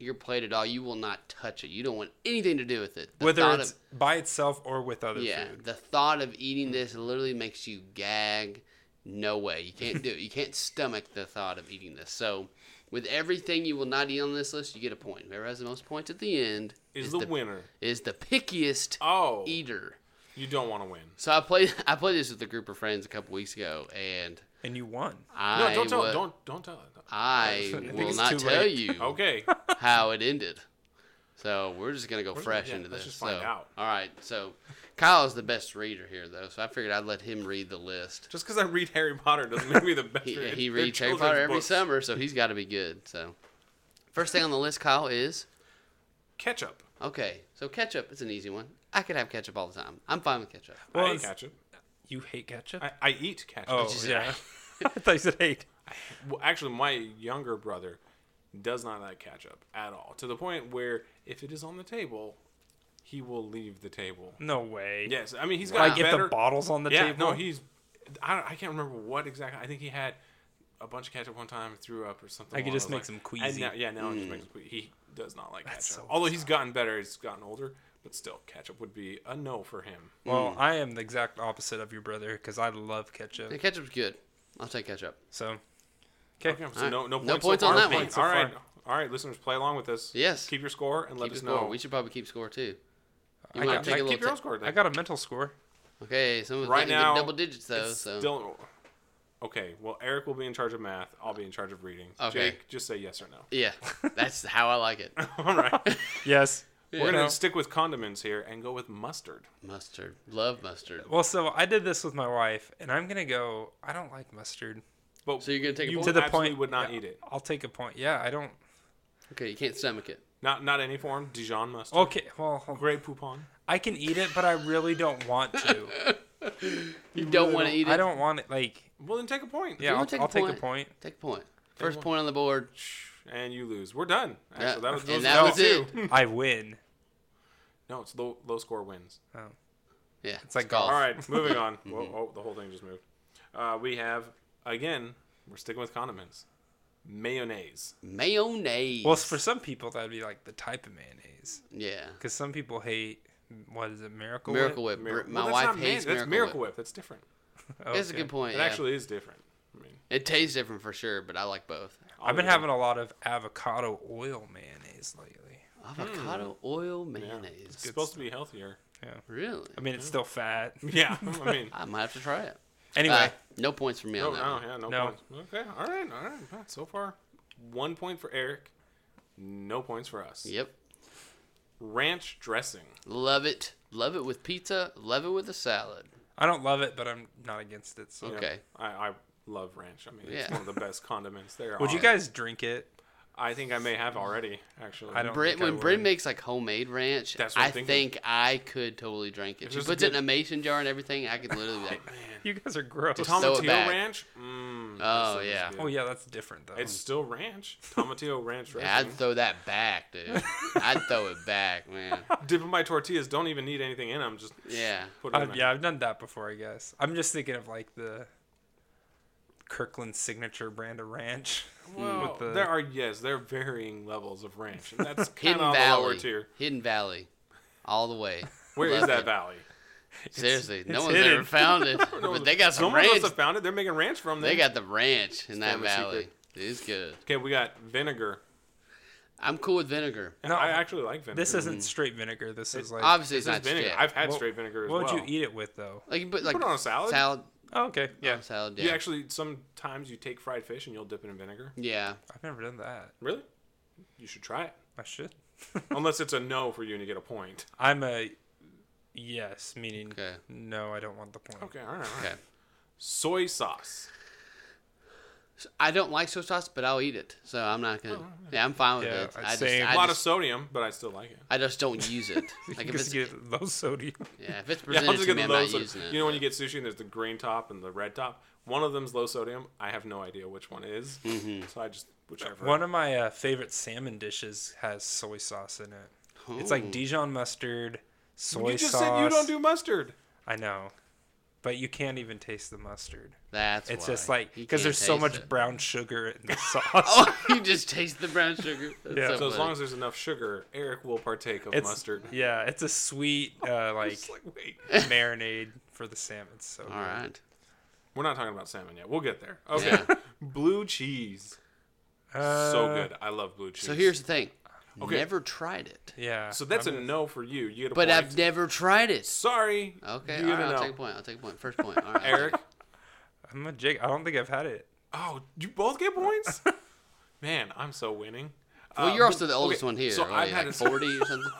A: your plate at all, you will not touch it. You don't want anything to do with it. The
C: Whether
A: thought
C: it's
A: of-
C: by itself or with other
A: yeah,
C: food.
A: the thought of
B: Mm.
A: eating this literally makes you gag. No way. You can't do it. You can't stomach the thought of eating this. So, with everything you will not eat on this list, you get a point. Whoever has the most points at the end
B: Is, the, winner.
A: is the pickiest
B: Oh,
A: eater.
B: you don't want to win.
A: So I played I played this with a group of friends a couple weeks ago, and
C: And you won.
A: I
B: No, don't tell.
A: wa-
B: Don't don't tell. it.
A: I
C: think
A: will
C: it's
A: not
C: too
A: tell
C: late.
A: you
B: Okay.
A: how it ended. So we're just gonna go fresh
B: yeah,
A: into this.
B: let's just find
A: so,
B: out.
A: All right. So Kyle is the best reader here, though. So I figured I'd let him read the list.
B: Just because I read Harry Potter doesn't make me the best.
A: He,
B: reader.
A: he
B: They're
A: reads Harry
B: children's
A: Potter every
B: books.
A: summer, so he's got to be good. So first thing on the list, Kyle is
B: Ketchup.
A: okay. So ketchup is an easy one. I could have ketchup all the time. I'm fine with ketchup.
C: Well,
B: I eat
C: it's-
B: ketchup.
C: You hate ketchup?
B: I, I eat ketchup.
C: oh
A: just-
C: yeah. I thought you said hate.
B: Well, actually, my younger brother, does not like ketchup at all. To the point where if it is on the table, he will leave the table.
C: No way.
B: Yes, I mean he's got
C: Like if
B: better.
C: the bottles on the
B: yeah,
C: table.
B: no, he's. I, don't- I can't remember what exactly. I think he had a bunch of ketchup one time, threw up or something.
C: Like, it
B: along
C: just
B: those lines.
C: makes him
B: And
C: queasy.
B: now- yeah, now it
A: Mm.
B: just makes him queasy. He does not like
C: so
B: ketchup. Although he's gotten better, he's gotten older, but still, ketchup would be a no for him.
C: well, I am the exact opposite of your brother because I love ketchup.
A: The ketchup's good. I'll take ketchup.
C: So
B: Okay, so
A: Alright.
B: no, no,
A: No
B: points, so
A: points on
B: far.
A: that one.
B: All right, all right, listeners, play along with us.
A: Yes.
B: keep your score and let
A: Keep
B: us
A: score.
B: know.
A: We should probably keep score too. You
C: I
A: wanna
C: got-
A: take
B: Like,
A: a little
B: keep your own
A: ti-
B: score.
C: I got a mental score.
A: Okay, some of
B: Right
A: right
B: now,
A: double digits though.
B: It's
A: So
B: still- okay, well, Eric will be in charge of math. I'll be in charge of reading.
A: Okay.
B: Jake, just say yes or no.
A: yeah, that's how I like it.
B: all right.
C: Yes.
B: We're
C: No.
B: gonna stick with condiments here and go with mustard.
A: Mustard, love mustard.
C: Well, so I did this with my wife, and I'm gonna go. I don't like mustard.
B: But
A: So you're gonna take a
B: you
A: point?
C: To the
B: absolutely
C: point-
B: would not
C: yeah.
B: eat it.
C: I'll take a point. Yeah, I don't.
A: Okay, you can't stomach it.
B: Not not any form. Dijon mustard.
C: Okay. Well, hold-
B: Grey poupon.
C: I can eat it, but I really don't want to.
A: You don't want to eat it.
C: I don't want it. Like,
B: Well, then take a point.
C: yeah,
A: wanna
C: I'll,
A: take
C: take,
A: a
C: I'll take a
A: point?
C: point.
A: Take a point. First point on the board.
B: And you lose. We're done. Actually,
A: Yeah,
B: that was,
A: and
B: those
A: that
B: were the
A: was
B: two.
A: it.
C: I win.
B: No, it's low low score wins.
A: Yeah,
C: It's like golf.
B: All right, moving on. Whoa, oh, the whole thing just moved. Uh, we have again. We're sticking with condiments. Mayonnaise.
A: Mayonnaise.
C: Well, for some people, that'd be like the type of mayonnaise,
A: yeah,
C: because some people hate. What is it? Miracle. Whip?
A: Miracle Whip.
B: Mir-
A: My
B: well, that's
A: wife
B: not may-
A: hates
B: That's
A: Miracle, Whip.
B: That's different.
C: Oh,
A: That's a
C: okay.
A: good point.
B: It
A: yeah.
B: actually is different. I mean,
A: it tastes different for sure, but I like both.
C: I've been
B: I'll
C: having a lot of avocado oil mayonnaise lately.
A: Avocado
C: Hmm.
A: oil
B: It's
A: mayonnaise.
B: supposed to be healthier.
A: Really?
C: I mean, it's still fat.
B: Yeah, I mean,
A: I might have to try it.
C: Anyway,
A: Uh, no points for me on
B: no,
A: that.
B: no,
A: one.
B: yeah, no,
C: No.
B: points. Okay, all right, all right. Well, So far, one point for Eric. No points for us.
A: Yep.
B: Ranch dressing.
A: Love it. Love it with pizza. Love it with a salad.
C: I don't love it, but I'm not against it. So,
B: Yeah,
A: Okay.
B: I, I love ranch. I mean, it's
A: Yeah.
B: one of the best condiments there.
C: would
B: are.
C: you guys drink it?
B: I think I may have already. Actually,
C: I don't
A: Brit,
C: think I
A: when Brit
C: would.
A: makes like homemade ranch,
B: That's what I'm
A: I
B: thinking.
A: think I could totally drink it. She
B: there's a
A: puts it
B: good-
A: in a mason jar and everything. I could literally be like,
C: You guys are gross.
A: Tom-
B: Tomatillo
A: it back.
B: ranch. Mm,
A: Oh,
B: this is
A: yeah.
B: good.
C: oh yeah, that's different though.
B: It's still ranch. Tomatillo ranch
A: "Yeah,
B: dressing.
A: I'd throw that back, dude. I'd throw it back, man.
B: Dipping my tortillas. Don't even need anything in them. Just
A: Yeah.
B: put it
C: Uh,
B: in there.
C: yeah, I've done that before, I guess. I'm just thinking of like the Kirkland signature brand of ranch.
B: Well,
C: with the-
B: there are yes, there are varying levels of ranch, and that's kind
A: Hidden
B: of the lower
A: Valley.
B: tier.
A: Hidden Valley. All the way.
B: Where is
A: Love
B: that
A: it.
B: valley?
A: Seriously, no
C: it's
A: one's
C: hidden.
A: ever found it. but they got some
B: Someone
A: ranch.
B: must have found it. They're making ranch from there.
A: They got the ranch in that
B: family
A: valley.
B: secret.
A: It's good.
B: okay. We got vinegar.
A: I'm cool with vinegar.
B: And
C: No,
B: I actually like vinegar.
C: This isn't straight vinegar. This is like
A: Obviously,
B: This
A: it's
B: is
A: not
B: vinegar.
A: shit.
B: I've had
C: Well,
B: straight vinegar as
C: what
B: well.
C: would you eat it with though?
A: like you put like
B: put it on a salad?
A: Salad.
C: Oh, okay. Yeah.
A: Salad. Yeah.
B: You actually sometimes you take fried fish and you'll dip it in vinegar.
A: yeah.
C: I've never done that.
B: Really? You should try it.
C: I should.
B: Unless it's a no for you and you get a point.
C: I'm a yes, meaning
A: Okay.
C: no, I don't want the point.
B: Okay, all right. All right.
A: Okay.
B: Soy sauce.
A: I don't like soy sauce, but I'll eat it. So I'm not
B: Oh,
A: gonna. Yeah, I'm fine with
C: Yeah,
A: it.
C: I'd
A: I just,
C: say-
B: A
A: I,
B: lot of
A: just,
B: sodium, but I still like it.
A: I just don't use it. Like if
C: Because
A: it's
C: you get low sodium.
A: yeah, if it's
B: Yeah,
A: presented
B: I'll just
A: to
B: get
A: me,
B: the
A: I'm
B: low
A: not
B: sodium.
A: using it.
B: You know when you get sushi and there's the green top and the red top? One of them's low sodium. I have no idea which one is.
A: Mm-hmm.
B: So I just, whichever.
C: One of my uh, favorite salmon dishes has soy sauce in it. It's like
A: Ooh.
C: Dijon mustard, soy
B: you just
C: sauce.
B: said you don't do mustard.
C: I know, but you can't even taste the mustard.
A: That's
C: It's
A: why.
C: just like
A: You
C: because
A: can't
C: there's so
A: taste
C: much
A: it.
C: brown sugar in the sauce.
B: Oh.
A: you just taste the brown sugar. That's
C: Yeah.
A: So,
B: So as long
A: funny.
B: as there's enough sugar, Eric will partake of
C: It's-
B: mustard.
C: Yeah, it's a sweet uh, like
B: It's like, wait.
C: marinade for the salmon. So
A: All right.
B: We're not talking about salmon yet. We'll get there. Okay.
A: Yeah.
B: Blue cheese.
C: uh,
B: so good. I love blue cheese.
A: So here's the thing.
B: Okay.
A: Never tried it.
C: Yeah.
B: So that's
C: I'm
B: a
C: gonna-
B: no for you. You get a
A: But
B: point.
A: I've never tried it.
B: Sorry.
A: Okay. All right,
B: You get a
A: I'll
B: no.
A: take a point. I'll take a point. First point. All right. I'll
B: Eric.
A: take
C: I'm a jig. I don't think I've had it.
B: Oh, you both get points. Man, I'm so winning.
A: Well,
B: Uh,
A: you're
B: but-
A: also the oldest
B: okay,
A: one here.
B: So
A: what are
B: I've
A: you,
B: had
A: like
B: a,
A: 40 or something.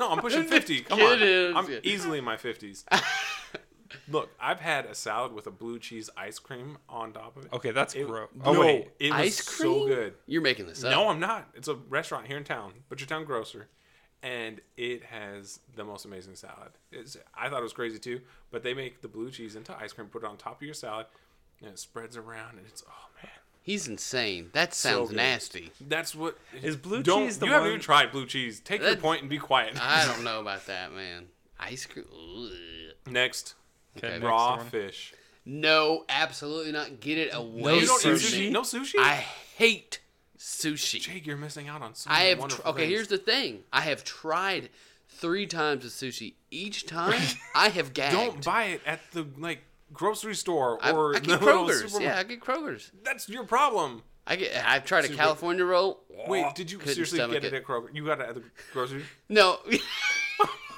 B: no, I'm pushing 50. Come
A: Kidding.
B: on. I'm easily in my 50s. Look, I've had a salad with a blue cheese ice cream on top of it.
C: Okay, that's
B: It-
C: gross.
B: No,
C: Oh wait.
B: it was
A: Ice cream.
B: so good.
A: You're making this up.
B: No, I'm not. It's a restaurant here in town, Butcher Town Grocer, and it has the most amazing salad. It's, I thought it was crazy too, but they make the blue cheese into ice cream, put it on top of your salad, and it spreads around, and it's oh man,
A: He's insane. That sounds
B: good.
A: nasty.
B: That's what
C: Is blue
B: don't,
C: cheese the
B: you haven't
C: one-
B: even tried blue cheese. Take your
A: That's-
B: point and be quiet.
A: I don't know about that, man. Ice cream. ugh.
B: Next,
C: Okay, next
B: raw
C: one.
B: fish.
A: No, absolutely not. Get it away
B: You don't
A: from
B: eat sushi?
A: me.
B: No sushi?
A: I hate sushi.
B: Jake, you're missing out on so
A: I
B: many
A: have tr-
B: wonderful
A: okay.
B: things.
A: Here's the thing. I have tried three times of sushi. Each time, I have gagged.
B: don't buy it at the like grocery store
A: I,
B: or
A: I
B: the
A: get
B: little
A: Kroger's.
B: supermarket.
A: Yeah, I get Kroger's.
B: That's your problem.
A: I get. I've tried a California roll.
B: Wait, did you
A: couldn't
B: seriously
A: stomach
B: get it,
A: it.
B: at Kroger? You got it at the grocery?
A: No,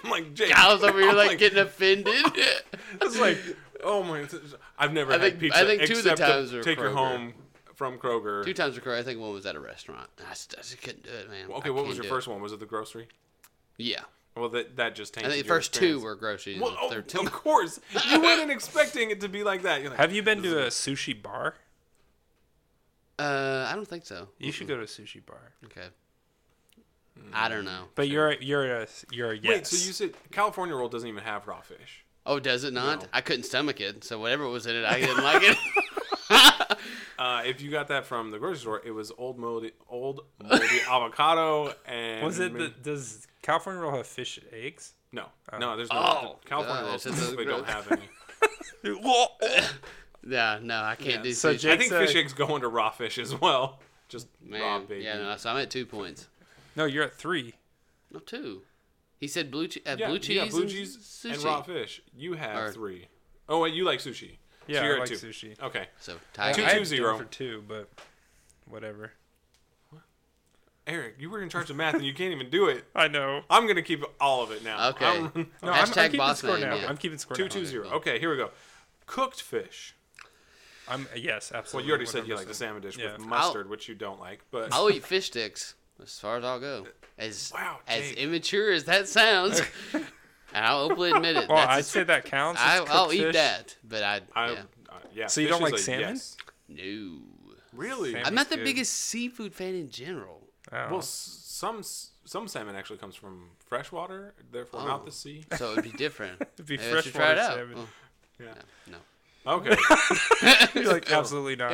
B: I'm like, Jake.
A: I was over here
B: I'm
A: like, getting offended.
B: It's like, oh my! I've never
A: think-
B: had pizza.
A: I think two of the
B: except to
A: times were
B: take her
A: Kroger.
B: home from Kroger.
A: Two times before, I think one was at a restaurant. I just, I just couldn't do it, man.
B: okay,
A: I
B: what
A: can't
B: was your
A: do
B: first one? Was it the grocery?
A: It. Yeah,
B: Well, that that just
A: I
B: tainted
A: think the
B: your
A: first two
B: experience.
A: were groceries.
B: Well,
A: and the
B: oh,
A: third two-
B: of course, you weren't expecting it to be like that. You're like,
C: Have you been to a sushi bar?
A: Uh, I don't think so.
C: You should go to a sushi bar.
A: Okay. I don't know.
C: But you're a- you're a you're a yes.
B: wait? So you said California roll doesn't even have raw fish.
A: Oh, does it not?
B: No.
A: I couldn't stomach it, so whatever was in it, I didn't like it.
B: Uh, if you got that from the grocery store, it was old moldy, old moldy avocado and
C: was it the, does California roll have fish eggs?
B: no, no. There's no
A: Oh.
B: California
A: Uh,
B: rolls.
A: it's just a
B: They don't
A: gross-
B: have any.
A: yeah, no, I can't do
C: so
A: sushi.
C: Jake-
B: I think
C: It's,
B: fish
C: uh,
B: eggs go into raw fish as well. Just raw
A: Man,
B: baby.
A: yeah, no, so I'm at two points.
C: No, you're at three.
A: No, two. He said blue, che- uh,
B: Yeah,
A: blue
B: you
A: cheese,
B: got blue
A: and
B: cheese
A: sushi.
B: and raw fish. You have
A: Or-
B: three. Oh, wait, you like sushi.
C: Yeah,
B: so you're
C: I
B: at
C: like
B: two.
C: sushi.
B: Okay.
A: So tie
B: Two,
A: game.
C: I- I'd do it
B: zero.
C: for two, but whatever.
B: Eric, you were in charge of math and you can't even do it.
C: I know.
B: I'm gonna keep all of it now.
A: Okay.
B: I'm-
C: No, I'm, I'm
A: Hashtag
C: keeping
A: boss
C: score
A: man,
C: now.
A: yeah.
C: I'm keeping score.
B: two
C: now.
B: two zero.
A: cool.
B: Okay, here we go. Cooked fish.
C: I'm yes,
B: Well,
C: absolutely.
B: you already said you like
C: 100%.
B: the salmon dish
C: Yeah.
B: with mustard, which you don't like, but
A: I'll eat fish sticks as far as I'll go.
C: Uh,
A: As
B: Wow,
A: as
B: Jake.
A: immature as that sounds, and I'll openly admit it.
C: Well,
A: that's
C: I'd
A: as-
C: say that counts. as
A: I, I'll
C: cooked
A: eat
C: fish.
A: that, but I,
B: I
A: yeah.
B: uh, yeah.
C: So you don't
B: fish is
C: like
B: a
C: salmon?
B: yes.
A: no.
B: Really?
C: Salmon-
A: I'm not the
C: good.
A: biggest seafood fan in general.
C: Oh.
B: Well, s- some s- some salmon actually comes from freshwater, therefore
A: Oh.
B: not the sea.
A: So it'd be different.
C: It'd be
A: Maybe I should
C: freshwater
A: try it out.
C: salmon.
A: Oh,
B: Yeah.
A: no.
B: Okay.
C: You're like absolutely not.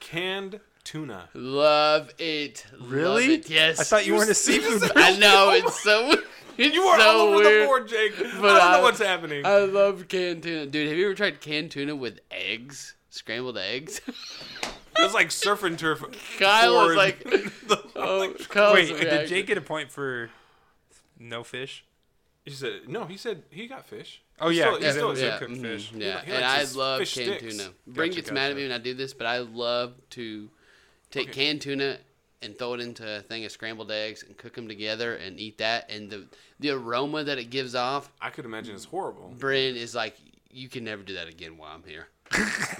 B: Canned tuna.
A: Love it. Love
C: Really?
A: it. Yes.
C: I thought you weren't a seafood. person.
A: I know it's so. It's
B: You are
A: so
B: all over
A: weird.
B: the board, Jake. I don't
A: I-
B: know what's happening.
A: I love canned tuna, dude. Have you ever tried canned tuna with eggs? Scrambled eggs.
B: It's like surf and turf.
A: Kyle was
B: board.
A: like,
B: The-
A: "Oh,
B: like-
A: Kyle's
C: Wait, did
A: reaction.
C: Jake get a point for no fish?
B: he said no. He said he got fish.
C: Oh,
B: He
C: yeah,
B: still, he
C: yeah,
B: still
C: yeah.
B: said-
C: cooked
A: mhm,
C: fish. He
A: Yeah,
B: li- he
A: and I
B: likes his
A: love
B: fish
A: canned
B: sticks.
A: tuna. Bring
C: Gotcha,
A: gets mad at
C: gotcha.
A: me when I do this, but I love to take canned tuna and throw it into a thing of scrambled eggs and cook them together and eat that. And the the aroma that it gives off,
B: I could imagine it's horrible.
A: Bryn is like, you can never do that again while I'm here.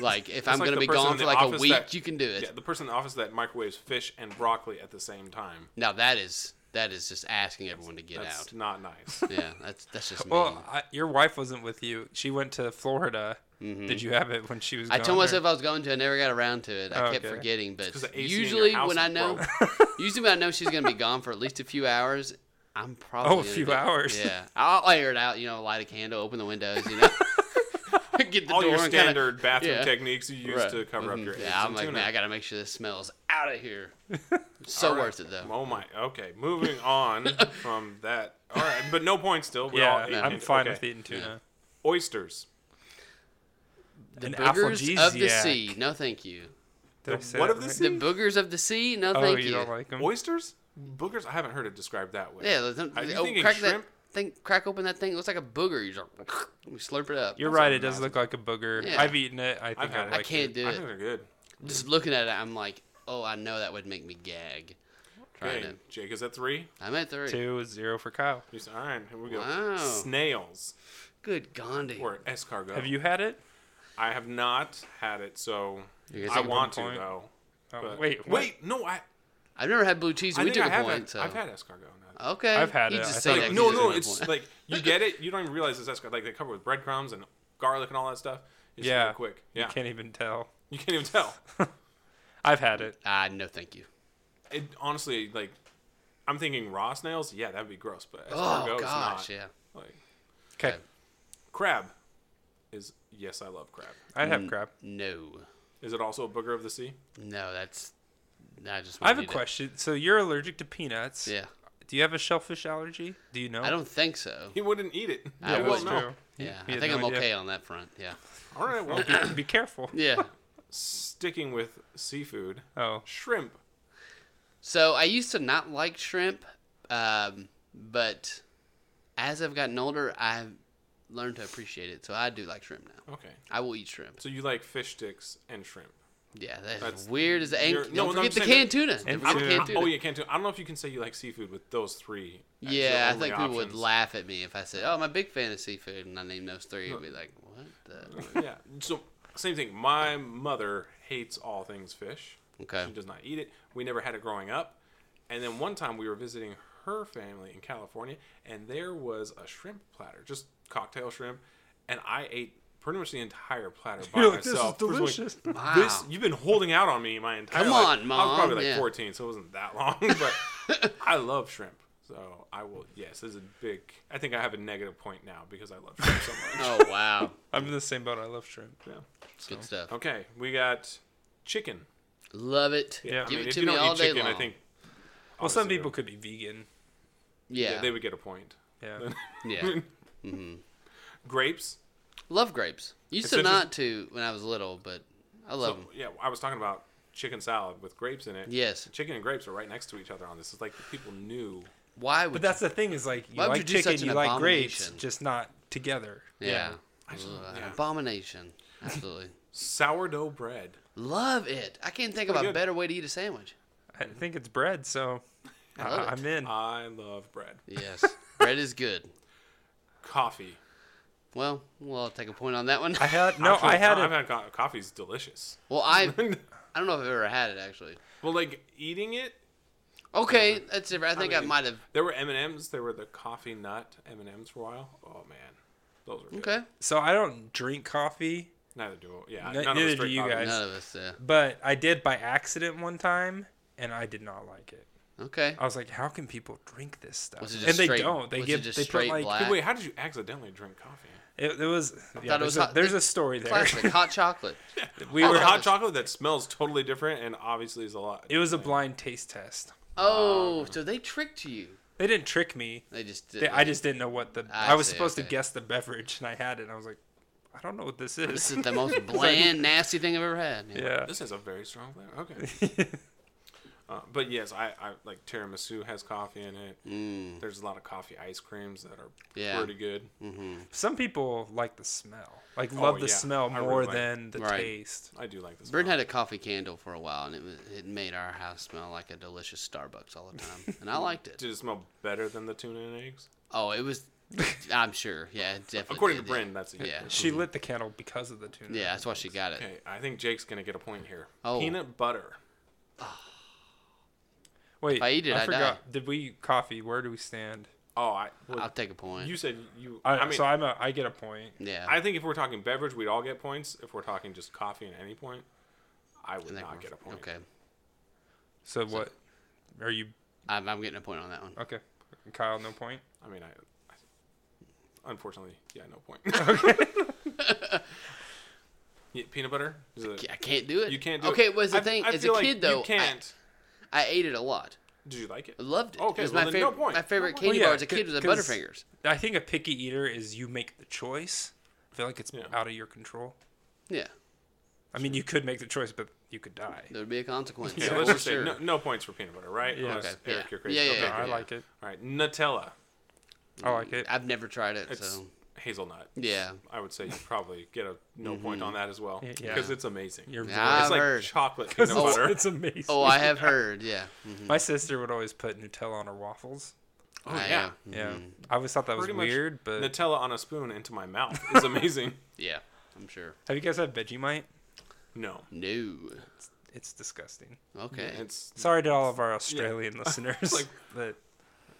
A: like if I'm
B: like
A: gonna
B: the
A: be
B: person
A: gone for
B: in the
A: like a
B: office
A: week,
B: that-
A: you can do it.
B: Yeah, the person in the office that microwaves fish and broccoli at the same time.
A: Now that is that is just asking everyone to get
B: That's
A: out.
B: not nice.
A: Yeah, that's that's just me.
C: Well, I, your wife wasn't with you. She went to Florida. Did you have it when she was?
A: Mm-hmm. I
C: gone,
A: told
C: or-
A: myself I was going to. I never got around to it. I
C: Oh,
A: kept
C: okay.
A: forgetting. But
B: 'cause the AC in your
A: usually
B: house
A: when
B: is
A: I know, usually when I know she's gonna be gone for at least a few hours, I'm probably
C: Oh, a
A: gonna
C: few
A: do it.
C: hours.
A: Yeah, I'll air it out. You know, light a candle, open the windows. You know, get the
B: All
A: door
B: your
A: and kinda-
B: standard bathroom
A: yeah.
B: techniques you use
A: Right.
B: to cover up
A: Mhm.
B: your eggs
A: Yeah, I'm
B: and
A: like,
B: tuna.
A: man, I gotta make sure this smells out of here. so
B: All right.
A: worth it though.
B: Oh my. Okay, moving on from that. All right, but no points still. We all
C: Yeah,
B: ate
C: I'm
B: it.
C: fine
B: Okay.
C: with eating tuna.
B: Oysters.
A: The
C: An
A: boogers of the
C: aphrodisiac.
A: sea. No, thank you.
C: Did I
B: The
C: say
B: what
C: that
B: of the
C: right?
B: sea?
A: The boogers of the sea. No,
C: Oh,
A: thank
C: you don't like them?
B: Oysters? Boogers? I haven't heard it described that way.
A: Yeah, the,
B: Are you
A: oh,
B: thinking
A: crack
B: shrimp?
A: that thing. Crack open that thing. It looks like a booger. You just we slurp it up.
C: You're
B: That's
C: right.
B: a
C: It does
B: massive-
C: look like a booger.
A: Yeah.
C: I've eaten it. I think
B: had
C: I
B: it.
C: like
A: I can't
C: it.
A: do
B: I
A: it.
B: think they're good.
A: Just looking at it, I'm like, oh, I know that would make me gag. Trying
B: Okay,
A: it.
B: Jake is at three.
A: I'm at three.
C: Two is zero for Kyle.
B: He's, all right, here we go.
A: Wow.
B: Snails
A: Good Gandhi.
B: or escargot.
C: Have you had it?
B: I have not had it, so
A: You're gonna
B: I
A: take
B: want
C: one
B: to
C: point?
B: though.
C: Oh,
B: But-
C: wait, what?
B: wait, no, I.
A: I've never had blue cheese.
B: I
A: and we
B: think
A: took
B: I
A: a
B: have
A: point.
B: had,
A: so
B: I've had escargot. Now.
A: okay.
C: I've had
A: you
C: it.
A: Just
C: I
A: say
C: thought
A: that
B: Like,
C: it
A: 'cause
B: no,
A: you just
B: no,
A: want a
B: it's
A: point.
B: like you get it. You don't even realize it's escargot. Like they cover with breadcrumbs and garlic and all that stuff. It's
C: Yeah.
B: really quick. Yeah,
C: You can't even tell.
B: you can't even tell.
C: I've had it.
A: ah, no, thank you.
B: It honestly, like, I'm thinking raw snails. Yeah, that'd be gross, but escargot's
A: Oh gosh,
B: not.
A: yeah.
B: Like,
C: Okay.
A: Okay.
B: crab is yes, I love crab.
A: Mm.
C: I'd have crab.
A: No.
B: Is it also a booger of the sea?
A: No, that's. I just.
C: I have a
A: need to-
C: question. So you're allergic to peanuts.
A: Yeah,
C: Do you have a shellfish allergy? Do you know?
A: I don't think so.
B: He wouldn't eat it.
A: I
B: He
A: wouldn't.
B: won't know.
A: True. Yeah,
C: He
A: I
C: had
A: think
C: no
A: I'm
C: idea.
A: okay on that front. Yeah,
B: All right. Well,
C: Be careful.
A: yeah.
B: sticking with seafood,
C: Oh,
B: shrimp.
A: So I used to not like shrimp, um, but as I've gotten older, I've learned to appreciate it. So I do like shrimp now.
B: Okay.
A: I will eat shrimp.
B: So you like fish sticks and shrimp.
A: Yeah, that's,
B: That's-
A: weird as the ang-
B: you're-
A: Don't
B: no, no, I'm
A: forget the
B: saying
A: canned tuna.
C: And
A: Don't forget
C: tuna.
A: the canned
B: Oh
A: tuna.
B: yeah, can't do. I don't know if you can say you like seafood with those three. as your
A: Yeah, I
B: only
A: think people would
B: options.
A: laugh at me if I said, "Oh, I'm a big fan of seafood," and I named those three. You'd be like, "What the?"
B: yeah. So same thing. My mother hates all things fish.
A: Okay.
B: She does not eat it. We never had it growing up. And then one time we were visiting her family in California, and there was a shrimp platter, just cocktail shrimp, and I ate pretty much the entire platter by
C: You're like, "This is
B: myself. First of all,
C: delicious."
A: Wow.
B: This you've been holding out on me my entire
A: Come
B: life.
A: on,
B: I was
A: Mom,
B: probably like
A: yeah.
B: 14, so it wasn't that long, but I love shrimp. So I will. Yes, this is a big. I think I have a negative point now because I love shrimp so much.
A: oh wow,
C: I'm in the same boat. I love shrimp.
B: Yeah.
A: good stuff.
B: Okay, we got chicken.
A: Love it.
C: Yeah.
A: Give
C: I
A: it to me all day long.
B: I think.
A: Oh,
C: Well, some
B: obviously,
C: people could be vegan.
A: Yeah.
B: Yeah. they would get a point.
C: Yeah.
A: Yeah.
B: Grapes.
A: love grapes. Used
B: It's
A: to
B: interest-
A: not to when I was little, but I love
B: So,
A: them.
B: yeah, I was talking about chicken salad with grapes in it.
A: Yes.
B: Chicken and grapes are right next to each other on this. It's like people knew.
A: Why would?
C: But that's the thing is like you
A: Why would
C: like
A: you do
C: chicken,
A: such an
C: you like grapes,
A: abomination?
C: just not together.
A: you, yeah.
B: I just-
A: Ugh, an
B: yeah.
A: abomination. Absolutely.
B: Sourdough bread.
A: love it. I can't think of a
B: good.
A: better way to eat a sandwich.
C: I
B: Mm-hmm.
C: think it's bread, so I
A: love it.
C: I'm in.
B: I love bread.
A: Yes, bread is good.
B: Coffee.
A: Well, well, I'll take a point on that one.
C: I had no,
B: Actually,
C: I had
B: I've
C: a,
B: had co- coffee's delicious.
A: Well, I I don't know if I've ever had it actually.
B: Well, like eating it.
A: Okay, that's different. I think I,
B: mean-
A: might have.
B: There were M and M's. There were the coffee nut M and M's for a while. Oh man, those were good.
A: Okay,
C: so I don't drink coffee,
B: Neither do yeah.
C: Ne-
B: none of us
C: neither do
B: drink
C: you
B: coffee.
C: guys.
A: none of us. Uh,
C: but I did by accident one time, and I did not like it.
A: okay,
C: I was like, how can people drink this stuff?
A: Was it just
C: and they
A: straight-
C: don't. They
A: was it
C: give
A: just
C: they put
A: straight
C: like
A: black?
B: Wait, how did you accidentally drink coffee?
C: it, it was. Yeah,
A: it
C: there's,
A: was
C: a,
A: hot-
C: there's
A: they-
C: a story there.
A: classic hot chocolate.
C: we
B: Or
C: were
B: hot chocolate that smells totally different and obviously is a lot.
C: It was a blind taste test.
A: Oh, so they tricked you.
C: They didn't trick me.
A: They just. uh,
C: They, I just didn't know what the.
A: I
C: I, was
A: see,
C: supposed
A: okay.
C: to guess the beverage, and I had it. and I was like, I don't know what this is.
A: This is the most bland, nasty thing I've ever had.
C: yeah.
B: This has a very strong flavor. Okay. uh, but yes, I, I like tiramisu has coffee in it. Mm. There's a lot of coffee ice creams that are
A: Yeah. Mm.
B: pretty good.
C: Some people like the smell, like love the
B: Oh, yeah.
C: smell
B: I really
C: more
B: like-
C: than the
A: Right.
C: taste.
B: I do like this.
A: Bryn
B: one.
A: had a coffee candle for a while, and it was, it made our house smell like a delicious Starbucks all the time, and I liked it.
B: Did it smell better than the tuna and eggs?
A: Oh, it was. I'm sure. Yeah, it definitely.
B: According to
A: did, yeah.
B: Bryn, that's it.
A: Yeah.
C: She lit the candle because of the tuna.
A: Yeah, that's why she got it.
B: Okay, I think Jake's gonna get a point here.
A: Oh.
B: Peanut butter.
C: Wait,
A: I eat it, I die.
C: Did we coffee? Where do we stand?
B: Oh, I. well,
A: I'll take a point.
B: you said you.
C: I,
B: I mean,
C: so I'm a. I get a point.
A: yeah,
B: I think if we're talking beverage, we'd all get points. If we're talking just coffee and any point, I would
A: I think
B: not
A: we're-
B: get a point.
A: Okay,
C: So what? Are you
A: I'm, I'm getting a point on that one.
C: okay? Kyle, no point.
B: I mean, I, I unfortunately, yeah, no point. Yeah, peanut butter? Is it-
A: I can't do it.
B: you can't do
A: okay,
B: it.
A: was the
B: I-
A: thing
B: I
A: as a
B: feel like
A: kid though.
B: You can't.
A: I, I ate it a lot.
B: Did you like it?
A: I loved it.
B: Okay,
A: it was
B: well,
A: my
B: then no
A: favorite.
B: point.
A: My
B: No
A: favorite
B: point.
A: candy
C: Well,
A: bar
C: yeah,
A: as a kid was the
C: 'cause-
A: Butterfingers.
C: I think a picky eater is you make the choice. I feel like it's
B: Yeah.
C: out of your control.
A: Yeah,
C: I mean, you could make the choice, but you could die.
A: there would be a consequence.
B: Yeah,
A: for
B: let's just say
A: sure.
B: no, no points for peanut butter, right?
C: Yeah.
B: Unless,
A: Okay, yeah.
B: Eric, you're crazy.
A: Yeah, yeah,
B: okay,
A: yeah.
B: good.
C: I like it.
B: All right, Nutella.
C: I like it.
A: I've never tried it,
B: It's
A: so
B: hazelnut.
A: yeah.
B: I would say you probably get a no point on that as well
C: Yeah.
B: because it's amazing.
C: You're
A: Nah,
C: right.
B: it's
A: I've
B: like
A: heard.
B: chocolate
C: It's,
B: peanut butter.
C: it's amazing.
A: Oh, I have heard. Yeah. Mhm.
C: My sister would always put Nutella on her waffles.
B: Oh,
A: I
B: yeah.
A: am.
C: Yeah,
A: Mm-hmm.
C: I always thought that was
B: Pretty much
C: weird. But
B: Nutella on a spoon into my mouth is amazing.
A: Yeah, I'm sure.
C: have you guys had Vegemite?
B: no,
A: No.
C: It's disgusting.
A: Okay.
B: it's
C: Sorry to all of our Australian listeners,
B: Like-
C: but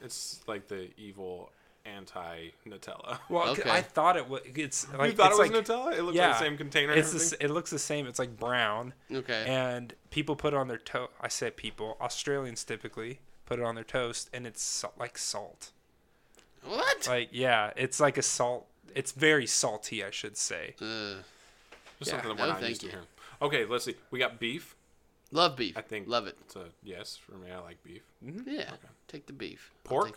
B: It's like the evil anti Nutella.
C: well, c-
A: Okay.
C: I thought it was. It's like
B: you thought
C: it's
B: it was
C: like,
B: Nutella? It looked
C: yeah,
B: like the same container. and
C: It's the, s-
B: everything?
C: it looks the same. It's like brown,
A: okay.
C: and people put it on their toast. I said people, Australians typically put it on their toast, and it's sa- like salt.
A: what?
C: Like yeah, it's like a salt. It's very salty, I should say.
A: Uh,
B: Just
C: yeah,
B: something that
A: no,
B: we're not
A: thank
B: used to
A: you.
B: here. Okay, let's see. We got beef.
A: Love beef.
B: I think
A: love it.
B: It's a yes for me. I like beef.
A: Yeah, take the beef. I'll
B: Pork?
A: take-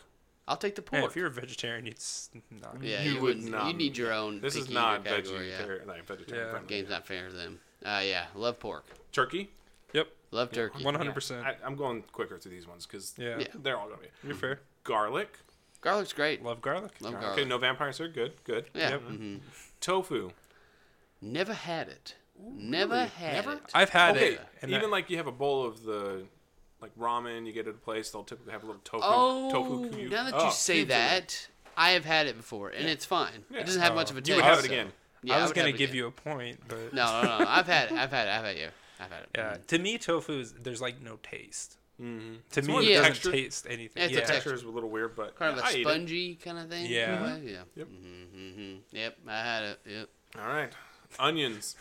A: I'll take, the
C: Man,
A: pork.
C: if you're a vegetarian, it's not.
A: yeah,
B: you
A: you,
B: would
A: would
B: not-
A: You need your own.
B: This is
A: picky eater
B: not
A: category, yeah.
B: vegetarian. Like vegetarian
C: Yeah.
B: friendly.
A: Game's not fair to them. Uh, yeah, love pork.
B: Turkey.
C: Yep.
A: Love turkey.
C: One hundred percent.
B: I, I'm going quicker through these ones because
C: Yeah. Yeah.
B: they're all gonna be
C: You're fair.
B: garlic.
A: Garlic's great.
C: Love garlic.
A: Love garlic.
B: Okay, no vampires here. Good, good.
A: Yeah.
C: Yep.
A: mhm.
B: Tofu.
A: Never had it. Never had
B: Never?
A: it.
C: I've had
B: Okay,
C: it. and
B: even
C: I-
B: like you have a bowl of the like ramen you get at a place, they'll typically have a little tofu.
A: oh,
B: tofu cube.
A: now that
B: oh,
A: you say
B: cubes in it.
A: that, I have had it before, and it's fine.
B: Yeah.
A: It doesn't have much
C: Oh.
A: of a taste.
B: you would have it
A: so-
B: again.
A: Yeah,
C: I was
A: would
C: gonna
A: have it
C: give
A: again.
C: you a point, but
A: No, no, no. I've had it. I've had it. I've had it. I've had it.
C: Yeah. Uh, To me, tofu is there's like no taste. Mm. Mm-hmm. To me,
B: more
C: it
A: the
C: doesn't
B: texture.
C: taste anything.
A: It's a
C: yeah.
A: texture.
B: Texture is a little weird, but
A: Kind of
B: yeah, I
A: a
B: eat it.
A: spongy kind of thing. in a
C: Yeah.
A: way, Yeah.
B: Yep.
A: Mm-hmm, Yep. I had it. Yep.
B: All right, onions.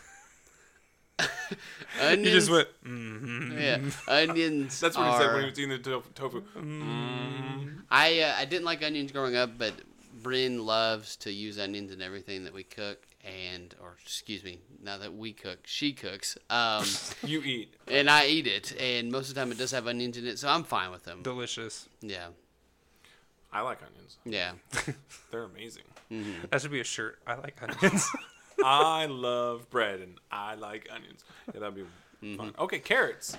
A: Onions.
C: You just went. Mm-hmm.
A: Yeah. Onions.
B: "Mm." That's what he said when
A: are-
B: he was eating the tof- tofu.
A: I uh, I didn't like onions growing up, but Bryn loves to use onions in everything that we cook, and or excuse me, now that we cook, she cooks, um,
B: You eat.
A: and I eat it, and most of the time it does have onions in it, so I'm fine with them.
C: Delicious.
A: Yeah,
B: I like onions.
A: yeah.
B: They're amazing.
C: That should be a shirt. I like onions.
B: I love bread and I like onions. Yeah, that'd be
A: Mm-hmm.
B: fun. Okay, carrots.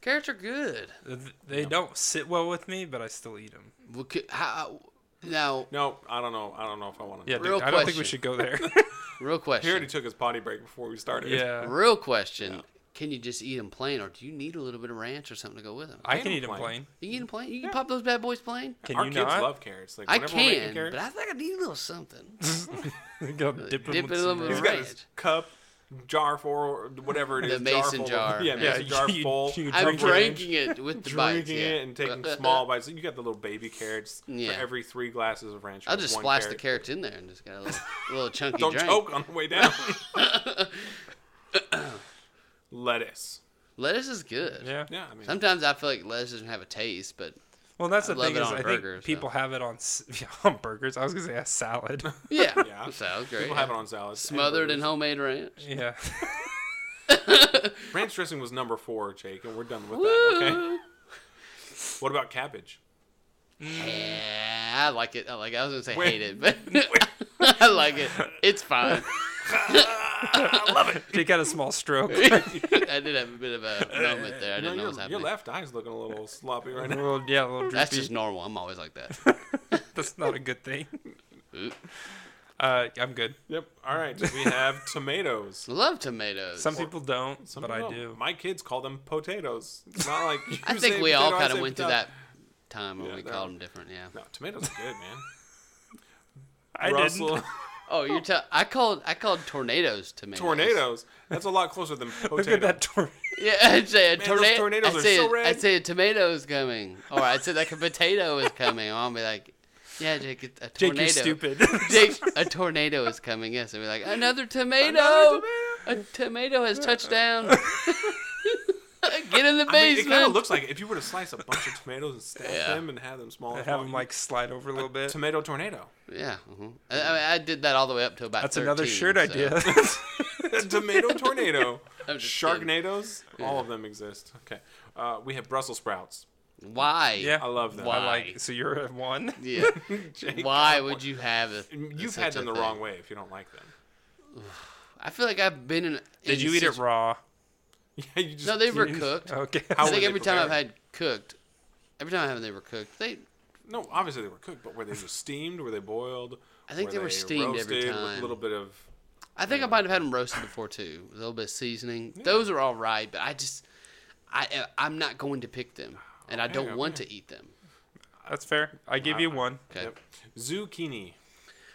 A: Carrots are good.
C: they don't sit well with me, but I still eat them.
A: Well, c- how, now,
B: No, I don't know. I don't know if I want to.
C: Yeah,
A: Real
C: dude, I don't think
A: question.
C: we should go there.
A: real
B: He already
A: question.
B: took his potty break before we started.
C: yeah.
A: Real question. Can you just eat them plain, or do you need a little bit of ranch or something to go with them?
C: I can
B: Plain
C: eat them
B: or plain?
C: plain.
A: You can eat them plain. You can pop those bad boys plain.
C: Can
B: Our
C: you
B: kids
C: not?
B: love carrots. Like
A: I
B: whenever we're making
A: can,
B: carrots,
A: but I think I need a little something.
C: Go dip 'em
A: Dip
C: with
A: it a
C: some
A: little
B: He's
A: bit.
C: ranch.
B: got his cup, jar for whatever it
A: The
B: is.
A: mason
B: full of-
A: jar.
B: yeah,
A: Yeah,
B: mason jar
C: you-
B: full.
C: you
A: I'm
C: Drink ranch.
A: drinking it with the
B: drinking
A: bites. yeah. Uh,
B: it and taking small bites. You got the little baby carrots
A: Yeah.
B: for every three glasses of ranch.
A: I'll
B: with
A: just
B: one
A: splash the
B: carrot.
A: carrots in there and just get a little, little chunky
B: Don't
A: drink.
B: choke on the way down. Lettuce.
A: Lettuce is good.
C: Yeah.
B: Yeah, I mean,
A: Sometimes I feel like lettuce doesn't have a taste, but
C: Well, that's
A: I
C: the
A: love
C: thing
A: it
C: is,
A: on
C: I
A: burgers,
C: think people have it on s- yeah, on burgers. I was gonna say a salad.
A: yeah,
B: Yeah.
A: sounds great.
B: people have it on salads.
A: Smothered in
B: hamburgers.
A: homemade ranch.
C: yeah.
B: Ranch dressing was number four, Jake, and we're done with that. Okay.
A: Woo!
B: What about cabbage?
A: Yeah, I like it. I like. It. I was gonna say
B: Wait.
A: hate it, but I like it. It's fine.
C: Jake had a small stroke.
A: I did have a bit of a moment there. I
B: No,
A: didn't know what was
B: your, your
A: happening.
B: left eye's looking a little sloppy right
C: A
B: now.
C: little- yeah, a little
A: That's
C: droopy.
A: just normal. I'm always like that.
C: That's not a good thing.
A: Oop.
C: Uh, I'm good.
B: Yep. All right. We have tomatoes.
A: Love tomatoes.
C: Some people don't,
B: Some
C: but I
B: people-
C: do.
B: My kids call them potatoes. It's not like you
A: I
B: say
A: think we all
B: potato, I
A: kind of
B: say
A: went through
B: potato.
A: that time when
B: Yeah,
A: we
B: that
A: called them
B: was-
A: different. Yeah.
B: No, tomatoes are good, man.
C: I
B: Russell,
C: didn't.
A: Oh, you're tell I called I called tornadoes tomatoes.
B: tornadoes. That's a lot closer than
C: Look at
B: potato.
C: that tor-
A: Yeah, I'd say a
B: Man, those
A: tornado.
B: tornadoes
A: I'd
B: are
A: say
B: so
A: a-
B: red.
A: I'd say a tomato's coming, or I'd say like a potato is coming. I'll be like, yeah, Jake, it's a
C: Jake,
A: tornado.
C: you're stupid.
A: Jake, a tornado is coming. Yes, I'd be like, another tomato. A tomato has touched down. Get in the basement.
B: I mean, it kind of looks like if you were to slice a bunch of tomatoes and stack
A: Yeah.
B: them and have them small. and
C: I have
B: small,
C: them
B: you-
C: like slide over a little bit.
B: tomato tornado.
A: yeah. mhm. I, I, mean, I did that all the way up to about.
C: That's another
A: 13,
C: shirt
A: so-
C: idea.
B: tomato tornado.
A: I'm just kidding.
B: Sharknadoes. All of them exist. Okay. Uh, we have Brussels sprouts.
A: Why?
C: yeah,
B: I love them.
C: I
A: Why?
C: like. So you're at one.
A: Yeah.
B: Jake,
A: Why would you have it?
B: You've had them the wrong way if you don't like them.
A: I feel like I've been in.
C: Did
A: in
C: you eat it
A: situ-
C: raw?
B: Yeah, you just
A: No, they were cooked.
C: Okay.
A: I
B: How-
A: think
B: were they
A: every time I've
B: prepared?
A: had cooked, every time I have they were cooked. They,
B: No, obviously they were cooked, but were they just steamed? Were they boiled?
A: I think they were steamed every
B: roasted With
A: time.
B: a little bit of
A: I think I might have had them roasted before too, with a little bit of seasoning. Those are all right, but I just, I, I'm not going to pick them, and I
B: Okay,
A: don't want
B: Oh, okay.
A: to eat them.
C: That's fair. I give you one.
A: Okay,
B: yep. zucchini.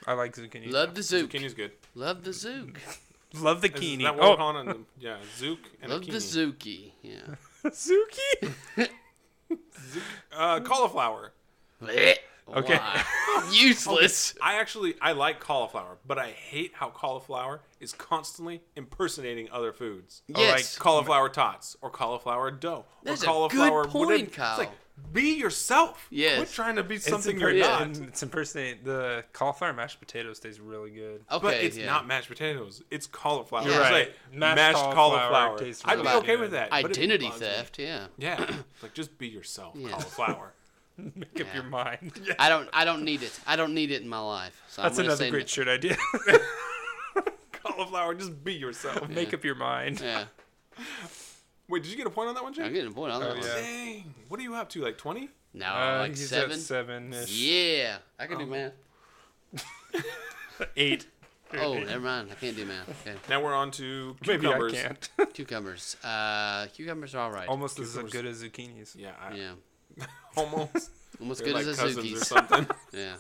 C: I like zucchini.
A: love the zook,
B: Zucchini's good.
A: love the zook,
C: Love the
B: Is
C: kini.
B: that what we're
C: Oh,
B: calling it? Yeah, zook and
A: love
B: a
A: the
B: kini.
A: zookie. Yeah,
C: Oh, zuki.
B: Uh, cauliflower.
A: Blech.
C: Okay.
A: Why? useless.
B: I actually I like cauliflower, but I hate how cauliflower is constantly impersonating other foods.
A: Yes,
B: Cauliflower tots or cauliflower dough
A: That's a
B: or
A: good
B: cauliflower
A: point,
B: It's like,
A: Kyle.
B: Be yourself.
A: Yes.
B: Quit trying to be
C: It's,
B: something you're
C: imperson-
B: not.
C: and it's impersonate the cauliflower mashed potato stays really good.
A: Okay,
B: But it's
A: yeah.
B: not mashed potatoes. It's cauliflower.
A: You're
B: It's
C: right.
B: like
C: Mashed
B: Mashed,
C: cauliflower
B: cauliflower.
C: tastes
B: I'd
A: really
B: be okay
C: good.
B: with that. but it
A: identity
B: bugs me.
A: theft. Yeah,
B: Yeah. It's like just be yourself,
A: Yeah.
B: cauliflower.
C: Make up your mind.
A: I don't. I don't need it. I don't need it in my life. So
C: That's
A: I'm gonna
C: another
A: say
C: great
A: no.
C: shirt idea.
B: cauliflower, just be yourself.
C: Make up your mind.
A: Yeah,
B: Wait, did you get a point on that one,
A: I'm
B: Jake?
A: getting a point on that
C: Oh,
A: one.
C: yeah.
B: Dang. What are you up to? Like 20?
A: No,
C: Uh,
A: like
C: he's
A: seven.
C: at seven ish.
A: Yeah, I can do math.
C: Eight.
A: Oh, never mind. I can't do math. Okay,
B: Now we're on to
C: Maybe
B: cucumbers.
C: I can't.
A: cucumbers. Uh, cucumbers are all right.
C: Almost as
B: Cucumbers.
C: good as zucchinis.
B: Yeah, I,
A: yeah,
B: almost.
A: almost
B: They're
A: good
B: like
A: as
B: cousins or
A: Azuki's.
B: something.
A: Yeah,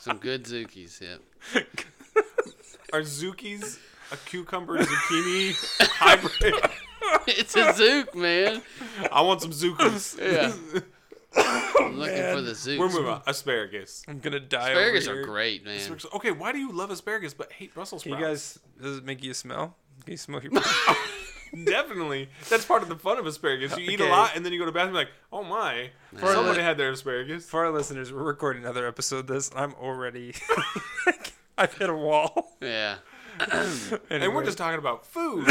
A: some good Zookies. Yeah.
B: Are Zuki's a cucumber zucchini hybrid?
A: it's a Zook, man.
B: I want some Zuki's.
A: Yeah. I'm looking for the Zooks.
B: We're moving on. Asparagus.
C: I'm gonna die.
A: Asparagus
C: over
A: are
C: here.
A: great, man.
B: Asparagus- Okay, why do you love asparagus but hate Brussels
C: Can
B: sprouts?
C: you guys? Does it make you smell? Can you smell your?
B: Definitely. That's part of the fun of asparagus. You eat a
C: Okay.
B: lot and then you go to bed and be like, oh my, somebody
A: Yeah.
B: had their asparagus.
C: For our listeners, we're recording another episode. of This and I'm already. I've hit a wall.
A: Yeah,
B: And we're
C: Anyway,
B: just talking about food.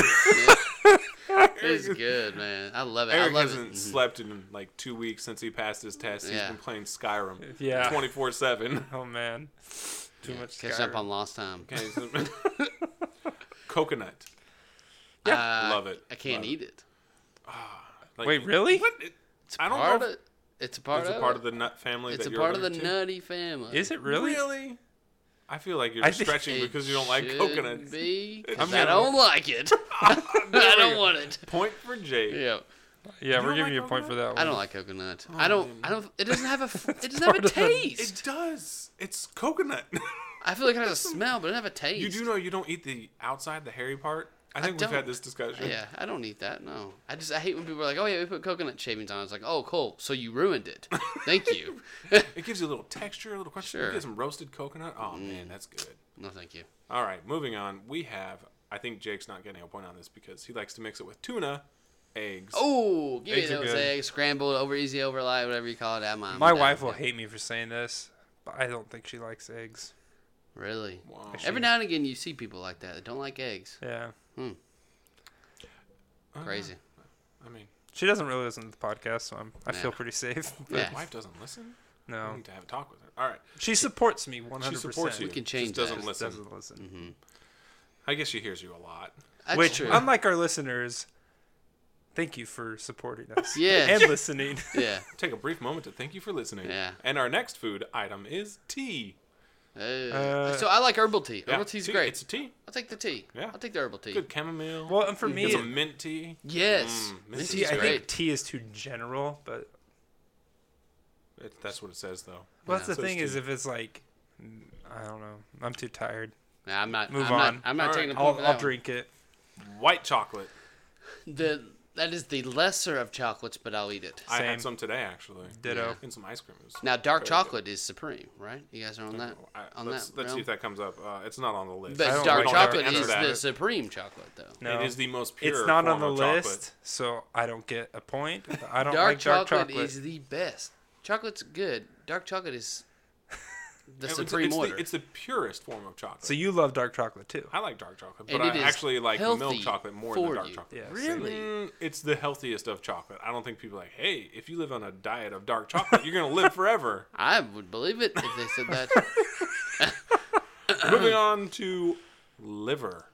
A: it's good, man. I love it.
B: Eric
A: I love
B: hasn't
A: it. Mhm.
B: slept in like two weeks since he passed his test. He's
A: Yeah.
B: been playing Skyrim
C: Yeah.
B: 24 7.
C: Oh man. Too much.
A: Catch
C: Skyrim.
A: up on lost time.
B: Okay, so- Coconut.
A: Uh,
B: Love it.
A: I can't
B: Love
A: eat it.
B: Like,
C: Wait, really?
B: What? It-
A: It's
B: I don't
A: part
B: know.
A: Of, it's a part
B: It's
A: of.
B: a part of the nut family.
A: It's
B: that
A: a
B: you're
A: part of the
B: allergic to?
A: nutty family.
C: Is it really?
B: I feel like you're
C: I think-
B: stretching
A: It
B: because you don't like
A: should
B: coconuts.
A: Be, 'cause
C: I'm
A: I
C: gonna-
A: don't like it. I
B: we
A: don't
B: go.
A: want it.
B: Point for Jake.
A: Yeah,
C: Yeah, we're
B: don't
C: giving
B: like
C: you a point
B: coconut?
C: for that one.
A: I don't like coconut. I don't. I don't. It doesn't have a. f- It doesn't have
C: part
A: a
C: of the-
A: taste.
B: It does. It's coconut.
A: I feel like it has a smell, but it doesn't have a taste.
B: you do know you don't eat the outside, the hairy part. I think we've
A: don't.
B: had this discussion.
A: Yeah, I don't eat that. No, I just I hate when people are like, "Oh yeah, we put coconut shavings on." It's like, "Oh cool, so you ruined it." Thank you.
B: It gives you a little texture, a little crunch.
A: Sure.
B: You get some roasted coconut. Oh
C: Mm.
B: man, that's good.
A: no, thank you.
B: All right, moving on. We have. I think Jake's not getting a point on this because he likes to mix it with tuna, eggs.
A: Oh, give
C: Eggs
A: me
C: are
A: those
C: good.
A: eggs, scrambled, over easy, over light, whatever you call it. I'm, I'm
C: My
A: down
C: wife
A: with
C: will
A: it.
C: hate me for saying this, but I don't think she likes eggs.
A: Really.
B: Wow.
A: Every now and again, you see people like that that don't like eggs.
C: Yeah.
A: Crazy.
B: I Uh, mean,
C: She doesn't really listen to the podcast, so I'm, I
A: Nah.
C: feel pretty safe. But
A: Yeah.
B: my wife doesn't listen. I
C: No.
B: need to have a talk with her. All right,
C: She supports me 100%.
B: she supports you.
A: We can change
B: Just doesn't
A: that.
B: listen.
C: Doesn't listen.
B: I guess she hears you a lot.
A: That's
C: Which,
A: true.
C: unlike our listeners, thank you for supporting us.
A: Yes.
C: And listening.
A: yeah.
B: Take a brief moment to thank you for listening.
A: Yeah.
B: And our next food item is tea.
A: Uh,
C: Uh,
A: so I like herbal tea.
B: Yeah,
A: Herbal tea's
B: tea.
A: great.
B: It's a tea.
A: I'll take the tea.
B: Yeah.
A: I'll take the herbal tea.
B: Good chamomile.
C: Well, and for me,
B: it's a mint tea.
A: Yes.
B: Mm,
A: mint
B: this
A: tea's
C: I think
A: great.
C: tea is too general, but
B: It, that's what it says, though.
C: well, that's
A: Yeah.
C: the
B: So it's
C: thing is
B: tea.
C: if it's like, mm, I don't know, I'm too tired.
A: Nah, I'm not.
C: Move
A: I'm Not,
C: on.
A: I'm not
B: All
A: taking a
B: right,
A: point
C: I'll,
A: for
C: I'll
A: that one.
C: drink it.
B: White chocolate.
A: The that is the lesser of chocolates, but I'll eat it.
B: I
C: Same.
B: had some today, actually.
C: Ditto.
B: And some ice cream. It was-
A: Now, dark
B: Very good.
A: chocolate is supreme, right? You guys are on that.
B: I-
A: on
B: let's
A: that.
B: let's see
A: realm?
B: if that comes up. Uh, it's not on the list.
A: But
C: I don't
A: dark
C: like
A: chocolate
C: dark
A: is
C: chocolate.
A: the supreme chocolate, though.
C: No.
B: It is the most pure.
C: It's not on
B: form
C: the
B: of chocolate.
C: list, so I don't get a point. but I don't
A: Dark,
C: like dark
A: chocolate,
C: chocolate.
A: is the best. Chocolate's good. Dark chocolate is the
B: It's-
A: supreme
B: it's,
A: order.
B: The, it's the purest form of chocolate.
C: So you love dark chocolate too.
B: I like dark chocolate,
A: And
B: but I
A: it is
B: actually like milk
A: healthy
B: chocolate more
A: for
B: than dark
A: you.
B: chocolate.
C: Yeah,
A: Really?
B: Mm, it's the healthiest of chocolate. I don't think people are like, hey, if you live on a diet of dark chocolate, you're gonna live forever.
A: I would believe it if they said that.
B: Moving on to liver.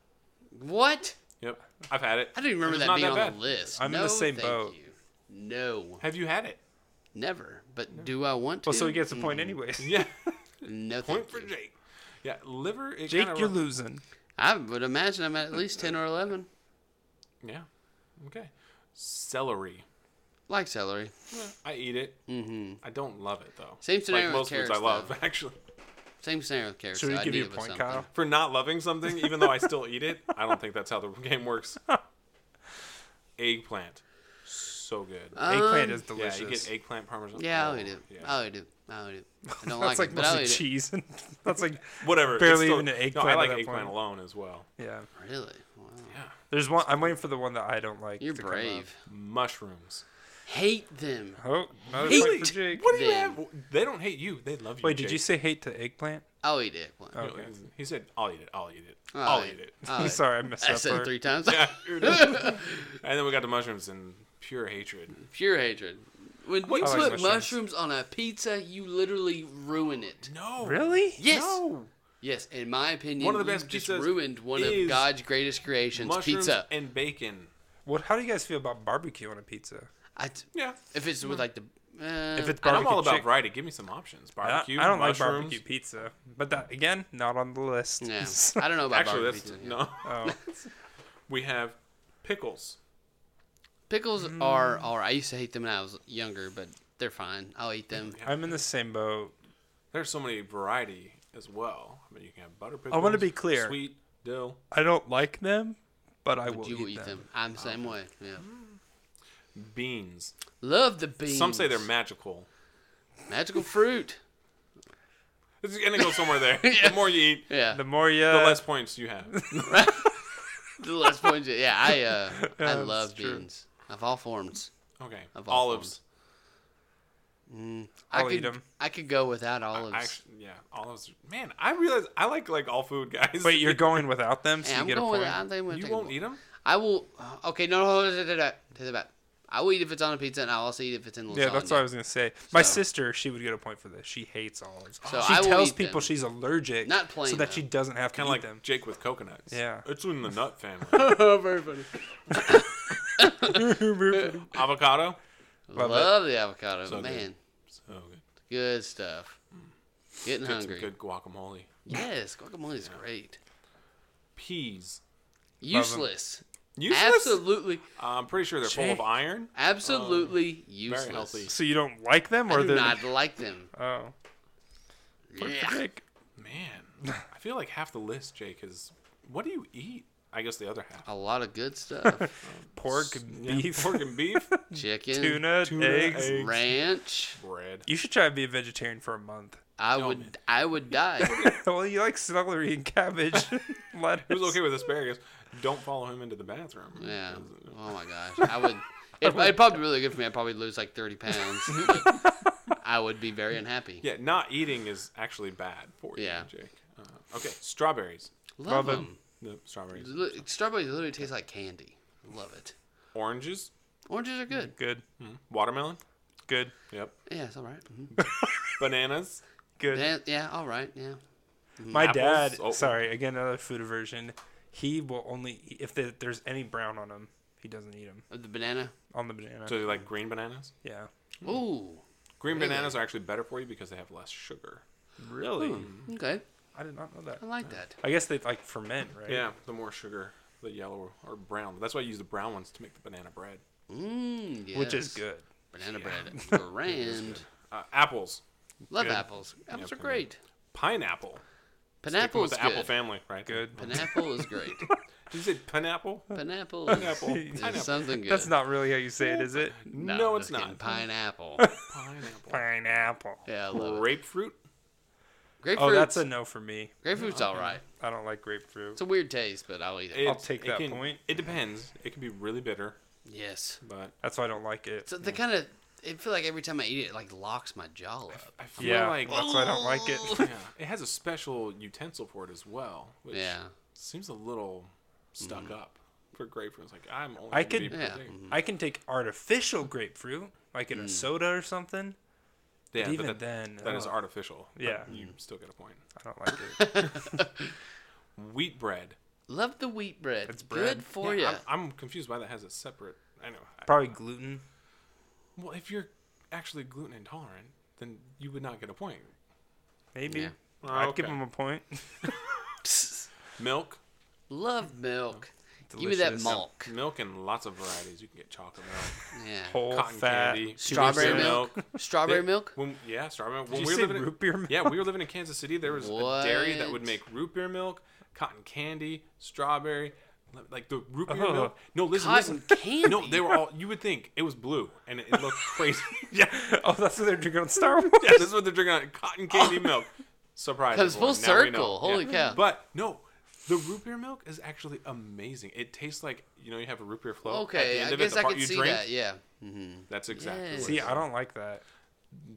A: what?
B: Yep, I've had it.
A: I don't even remember
B: It's
A: that
B: not
A: being on
B: bad.
A: the list.
C: I'm in
A: no,
C: the same
A: thank
C: boat.
A: You. No,
B: Have you had it?
A: never. But do I want to?
C: Well, so he gets a
A: Mm.
C: point anyways.
B: Yeah.
A: no thank
B: Point for
A: you.
B: Jake. Yeah, liver. It
C: Jake,
B: kinda
C: you're
B: re-
C: losing.
A: I would imagine I'm at least ten or eleven.
B: Yeah. Okay. Celery.
A: Like celery.
B: I eat it. Mm-hmm. I don't love it though.
A: Same scenario
B: Like
A: with
B: most foods I
A: carrots,
B: love,
A: though.
B: actually.
A: Same scenario with carrots.
C: Should
A: though.
C: we
A: I'd
C: give
A: eat
C: you a
A: it with
C: point,
A: something.
C: Kyle?
B: For not loving something, even though I still eat it, I don't think that's how the game works. Eggplant. So good.
A: Um,
C: Eggplant is
B: yeah,
C: delicious.
B: you get eggplant parmesan.
A: Uh, Yeah,
B: Oh,
A: I'll eat it.
B: yeah.
A: I'll eat it. I'll eat it. I don't like,
C: that's like
A: it, but I'll
C: mostly
A: eat
C: cheese. and that's like
B: Whatever. it's
C: Barely
B: still-
C: even an
B: No, I
C: eggplant
B: like
C: at that
B: eggplant
C: point.
B: alone as well.
C: yeah.
A: it. Really? Wow.
C: There's one. I'm waiting for the one that I don't like.
A: You're
C: to come up.
A: brave.
B: Mushrooms.
A: hate them.
C: Oh, another
A: Hate.
C: point for Jake.
B: What do you
A: Then-
B: have? They don't hate you. They love you.
C: Wait, did
B: Jake.
C: you say hate to eggplant?
A: I'll eat it.
C: Oh,
A: One.
B: No, He said, "I'll eat it. I'll eat it.
A: I'll
B: I'll
A: eat
B: eat it."
A: I'll eat it.
C: Sorry, I messed
A: I
C: up.
A: said
C: Part.
A: Uh, three times.
B: Yeah, here it is. and then we got the mushrooms and pure hatred.
A: Pure hatred. When you
B: I
A: put
B: like
A: mushrooms.
C: mushrooms.
A: on a pizza, you literally ruin it.
B: No,
C: Really?
A: Yes.
B: no.
A: Yes, in my opinion,
B: One of the
A: you
B: best
A: just
B: pizzas
A: ruined one of
B: is
A: God's greatest creations,
B: Mushrooms
A: pizza.
B: and bacon.
C: Well, how do you guys feel about barbecue on a pizza?
A: I t-
B: Yeah,
A: if it's with like the uh,
C: If it's
B: and I'm
C: barbecue
B: all about
C: chick-
B: variety. Give me some options.
C: I-
B: Barbecue.
C: I, don't like
B: mushrooms.
C: barbecue pizza, but that again, not on the list.
A: yeah, I don't know about
B: Actually,
A: barbecue pizza.
B: that's
A: yeah.
B: no.
C: oh,
B: We have pickles.
A: Pickles
B: Mm.
A: are all right. I used to hate them when I was younger, but they're fine. I'll eat them.
C: I'm in the same boat.
B: There's so many variety as well. I mean, you can have butter pickles.
C: I wanna be clear.
B: Sweet dill.
C: I don't like them, but I will
A: You will
C: eat,
A: eat
C: them.
A: them. I'm the same way. Yeah,
B: Beans.
A: love the beans.
B: Some say they're magical.
A: magical fruit.
B: It's gonna go somewhere there. The more you eat,
A: Yeah,
C: The more you,
B: the less points you have.
A: the less points. Yeah, I uh, I
C: that's
A: love
C: true.
A: beans of all forms.
B: Okay.
A: Of all
B: Olives.
A: I
C: I'll
A: could,
C: eat 'em.
A: I could go without olives.
B: Actually, yeah, olives. Man, I realize I like like all food guys.
C: Wait, you're going without them, so
A: Hey,
C: you
A: I'm
C: get a
A: going.
C: point.
A: With, I'm going
B: you won't eat them.
A: I will. Okay, no, hold on. Take that back. Take that back. I will eat if it's on a pizza, and I'll also eat if it's in lasagna.
C: Yeah, that's what I was gonna say. My sister, she would get a point for this. She hates olives.
A: So
C: she
A: I will
C: tells
A: eat
C: people
A: them.
C: she's allergic,
A: Not plain,
C: so that
A: though.
C: she doesn't have to
B: Kind
C: eat
B: of like
C: them.
B: Jake with coconuts.
C: Yeah.
B: it's in the nut family.
A: Very funny.
B: Avocado.
A: Love,
C: Love
A: the avocado,
B: So good.
A: man.
B: So good.
A: Good, stuff. Getting
B: Get
A: hungry.
B: some good guacamole.
A: Yes, guacamole is great.
B: Peas.
A: Useless.
B: Useless.
A: Absolutely,
B: I'm pretty sure they're full
C: Jake.
B: of iron.
A: absolutely useless.
B: healthy.
C: So you don't like them, or
A: I do
C: they're
A: not like them.
C: oh,
A: Yeah.
C: Jake.
B: Man, I feel like half the list, Jake, is what do you eat? I guess the other half.
A: A lot of good stuff.
C: pork,
B: Yeah,
C: beef,
B: pork and beef,
A: Chicken,
C: tuna,
B: tuna,
C: eggs.
B: eggs.
A: ranch.
B: bread.
C: You should try to be a vegetarian for a month.
A: I
B: No,
A: would,
B: man.
A: I would die.
C: well, you like celery and cabbage, lettuce.
B: Who's okay with asparagus? Don't follow him into the bathroom.
A: Yeah. Oh my gosh. I would. It, it'd probably be really good for me. I'd probably lose like thirty pounds. I would be very unhappy.
B: Yeah, not eating is actually bad for you,
A: Yeah.
B: Jake. Uh, okay, strawberries.
A: Love
C: Love 'em.
A: them.
B: The strawberries.
A: Strawberries literally taste like candy. Love it.
B: Oranges.
A: Oranges are good.
C: Good,
B: Watermelon.
C: good,
B: Yep.
A: Yeah, it's all right.
B: Mm-hmm.
A: Mhm.
B: Bananas.
C: good.
A: Yeah, yeah, all right. Yeah.
C: My
B: Apples?
C: dad,
B: Oh.
C: sorry, again another food aversion. He will only eat, if there- there's any brown on him, he doesn't eat them
A: Uh, The banana.
C: on the banana.
B: So you like green bananas?
C: yeah,
B: Mm.
A: Ooh.
B: Green
A: Really?
B: bananas are actually better for you because they have less sugar.
C: really,
A: Hmm.
B: Mm.
A: Okay.
C: I did not know that.
A: I like that.
C: I guess they like ferment, right?
B: Yeah, the more sugar, the yellow or brown. That's why you use the brown ones to make the banana bread.
A: Mmm. Yes.
C: which is good.
A: Banana bread. Grand.
B: Uh, apples.
A: Love
C: Good.
A: apples. Apples
B: Yeah,
A: are great.
B: Pineapple. Sticking
A: Pineapple
B: with
A: is
B: the apple
A: good.
B: family, right?
C: Good.
A: Pineapple is great.
B: Did you say pineapple?
A: Pineapple
B: Pineapple.
A: is, is
B: Pineapple.
A: something good.
C: That's not really how you say it, is it?
B: No,
A: I'm
B: it's
A: just kidding.
B: not.
A: Pineapple.
B: Pineapple.
C: Pineapple.
A: Yeah, I love it.
B: Grapefruit.
A: Grapefruit.
C: Oh, that's a no for me.
A: grapefruit's all right.
C: I don't like grapefruit.
A: It's a weird taste, but I'll eat it.
B: It's-
C: take
B: it
C: that
B: can-
C: point.
B: It depends. It can be really bitter,
A: yes.
B: but
C: That's why I don't like it.
A: So the kind of I feel like every time I eat it, it like locks my jaw up.
B: I feel
C: Yeah,
B: like
C: that's why I don't like it.
A: oh.
B: yeah, it has a special utensil for it as well, which
A: Yeah. Mm-hmm.
B: seems a little stuck up for grapefruit. It's like I'm only
C: I
B: gonna
C: could-
B: be
A: Yeah. Mm-hmm.
B: big.
C: I can take artificial grapefruit, like
A: Mm.
C: in a soda or something.
B: Yeah,
C: even
B: that-
C: then,
B: that is
C: oh.
B: artificial. but
C: Yeah.
B: you still get a point.
C: I don't like it.
B: Wheat bread.
A: Love the wheat bread. It's
C: bread.
A: good for
B: Yeah,
A: you.
B: I'm, I'm confused why that has a separate. I know. I-
C: Probably gluten.
B: well, if you're actually gluten intolerant, then you would not get a point.
C: Maybe.
A: Yeah.
C: I'd give
B: Oh, Okay.
C: him a point.
B: Milk,
A: Love milk. Give me that
C: Delicious.
A: milk.
B: milk, and lots of varieties. You can get chocolate milk,
A: Yeah.
C: Whole
B: cotton
C: fat.
B: candy,
A: Strawberry
B: root beer
A: milk. Strawberry milk.
B: When, yeah, strawberry milk. When
C: you
B: we were
C: say
B: living in-
C: root beer milk?
B: Yeah, we were living in Kansas City. There was a dairy that
A: What?
B: would make root beer milk, cotton candy, strawberry, li- like the root beer
C: Oh.
B: milk. No, listen,
A: Cotton
B: listen.
A: candy.
B: No, they were all. You would think it was blue, and it, it looked crazy. yeah,
C: Oh, that's what they're drinking on Star Wars.
B: this is what they're drinking on cotton candy milk. Surprise!
A: Comes Oh. full
B: everyone. Now we know.
A: circle. Holy cow.
B: But no, The root beer milk is actually amazing. It tastes like you know you have a root beer float. at the
A: Okay,
B: end
A: I
B: of it,
A: guess
B: the
A: I
B: part
A: could
B: you
A: see
B: drink,
A: that. Yeah.
B: That's exactly.
A: Yes.
B: What
C: See,
B: it is.
C: I don't like that.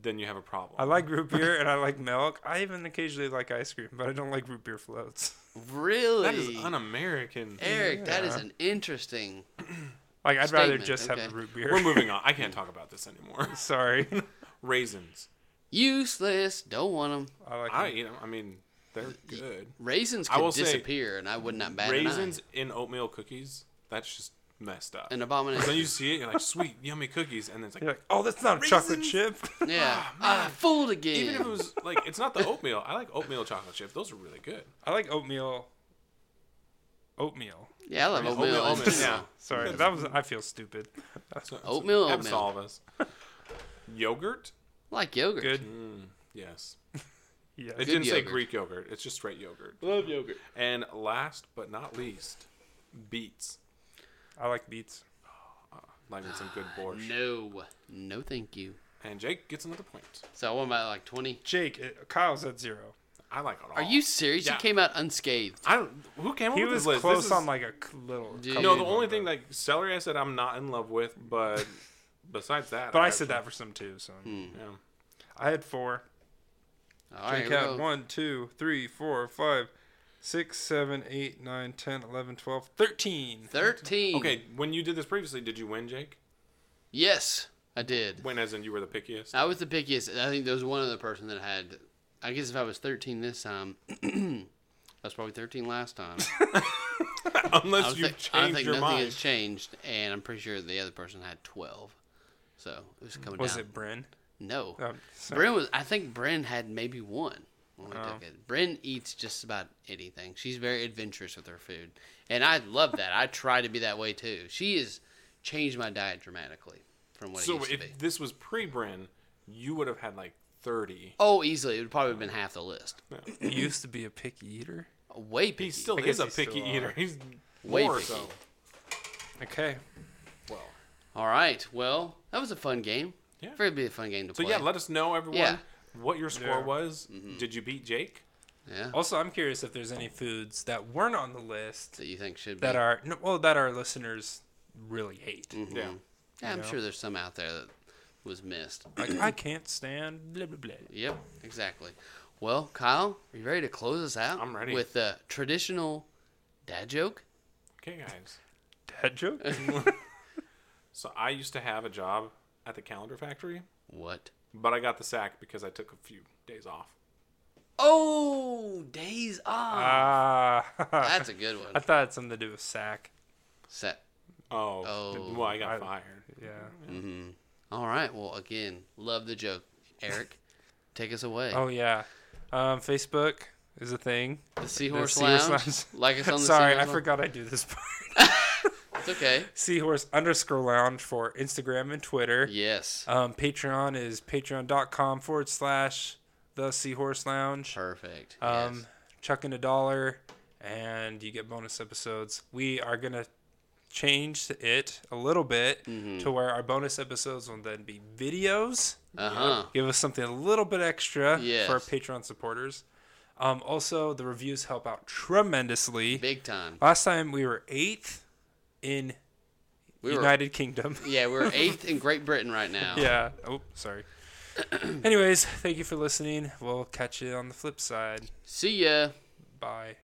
B: then you have a problem.
C: I like root beer and I like milk. I even occasionally like ice cream, but I don't like root beer floats.
A: Really?
B: that is un-American.
A: Eric, that is
C: Yeah.
A: an interesting.
C: Like I'd rather
A: Statement,
C: just
A: okay.
C: have root beer.
B: We're moving on. I can't talk about this anymore.
C: Sorry.
B: Raisins.
A: Useless. Don't want them.
C: I like
B: I
C: I,
B: you know I mean they're good.
A: Raisins
B: I will
A: could
B: say,
A: disappear, and I would not bat
B: Raisins in oatmeal cookies. That's just messed up.
A: an eye. An
B: And
A: abomination.
B: then you see it, you're like sweet, yummy cookies, and then it's like
C: You're like, oh, that's not a chocolate chip.
A: yeah. Ah, fooled again.
B: even if it was like it's not the oatmeal. I like oatmeal chocolate chip. Those are really good.
C: I like oatmeal. Oatmeal.
A: yeah, I love oatmeal.
B: Oatmeal,
A: all
B: oatmeal,
A: the time.
B: yeah.
C: Sorry, that was. I feel stupid.
B: So- so-
A: Oatmeal,
B: happens to
A: oatmeal.
B: all of us. Yogurt.
A: Like yogurt.
C: Good.
B: Yes.
C: Yeah.
B: It didn't say
A: yogurt.
B: Greek yogurt. It's just straight yogurt.
A: Love yogurt.
B: And last but not least, beets.
C: I like beets.
B: Like with some good borscht.
A: No. No, thank you.
B: And Jake gets another point.
A: So I won by like 20.
C: Jake, uh, Kyle's at zero.
B: I like it all.
A: Are you serious?
B: Yeah.
A: You came out unscathed.
B: I don't. Who came up
C: He
B: with
C: was
B: this list?
C: close
B: This is-
C: on like a c- little.
A: Dude.
C: couple
B: No, the
C: of
B: only
C: them,
B: thing
C: but-
B: like celery, I said I'm not in love with, but besides that,
C: But I said that
B: actually-
C: for some too. So
B: Yeah.
C: I had four.
A: Hmm. All
C: Jake
A: right.
C: had
A: well,
C: one, two, three, four, five, six, seven, eight, nine, ten, eleven, twelve, thirteen.
A: 13.
B: Okay, when you did this previously, did you win, Jake?
A: Yes, I did.
B: Win as in you were the pickiest.
A: I was the pickiest. I think there was one other person that had. I guess if I was 13 this time, I was probably 13 last time. I,
B: Unless
A: was
B: you
A: thi- I
B: changed
A: think
B: your
A: nothing
B: mind.
A: has changed, and I'm pretty sure the other person had 12. So it was coming
C: Was
A: down.
C: it Bryn?
A: No.
B: Uh,
C: Um, so-
A: Bryn was. I think Bryn had maybe one. When
B: Oh.
A: we took it. Bryn eats just about anything. She's very adventurous with her food, and I love that. I try to be that way too. She has changed my diet dramatically from what it
B: So
A: used to be.
B: if this was pre-Bryn, you would have had like 30.
A: Oh, easily. It would probably have been half the list.
C: He used to be a picky eater.
A: Way picky.
B: He still
C: I
B: is
C: guess
B: a
C: he's still
B: picky
C: are.
B: eater. He's
A: Way
B: more
A: picky.
B: so.
C: Okay.
B: Well,
A: All right. Well, that was a fun game.
B: Yeah.
A: It'd be a fun game to
B: so
A: play.
B: yeah, let us know everyone
A: Yeah. Mm-hmm.
B: what your score
C: Yeah.
B: was. Did you beat Jake?
A: yeah.
C: Also, I'm curious if there's any foods that weren't on the list
A: That you think should be.
C: that are no, well that our listeners really hate.
A: Mm-hmm.
B: Yeah.
A: yeah, I'm
C: know.
A: sure there's some out there that was missed.
C: Like I can't stand blah blah blah.
A: Yep. Exactly. Well, Kyle, are you ready to close us out?
B: I'm ready.
A: With the traditional dad joke.
B: Okay, guys.
C: Dad joke.
B: So I used to have a job at the calendar factory,
A: What?
B: but I got the sack because I took a few days off.
A: Oh, days off.
C: Ah,
A: That's a good
C: I
A: one.
C: thought it had something to do with sack.
A: Set.
B: Oh,
A: Oh.
B: well, I got
C: I-
B: fired.
C: Yeah.
A: All right. Well, again, love the joke, Eric. Take us away.
C: Oh yeah. Um, Facebook is a thing.
A: The Seahorse,
C: Seahorse
A: Lounge.
C: Lounge.
A: Like us on the
C: Sorry,
A: Seahorse
C: I
A: Lounge.
C: forgot I do this part.
A: It's okay.
C: Seahorse underscore lounge for Instagram and Twitter.
A: Yes.
C: Um, Patreon is patreon.com forward slash the Seahorse Lounge.
A: Perfect.
C: Um,
A: yes.
C: Chuck in a dollar, and you get bonus episodes. We are gonna change it a little bit
A: Mm-hmm.
C: to where our bonus episodes will then be videos.
A: Uh huh.
C: Give us something a little bit extra for our
A: Yes.
C: Patreon supporters. Um, also, the reviews help out tremendously.
A: Big time.
C: Last time we were eighth in
A: We
C: United Kingdom.
A: were yeah, we're eighth in Great Britain right now.
C: yeah. Oh, sorry. Anyways, thank you for listening. We'll catch you on the flip side.
A: See ya.
C: Bye.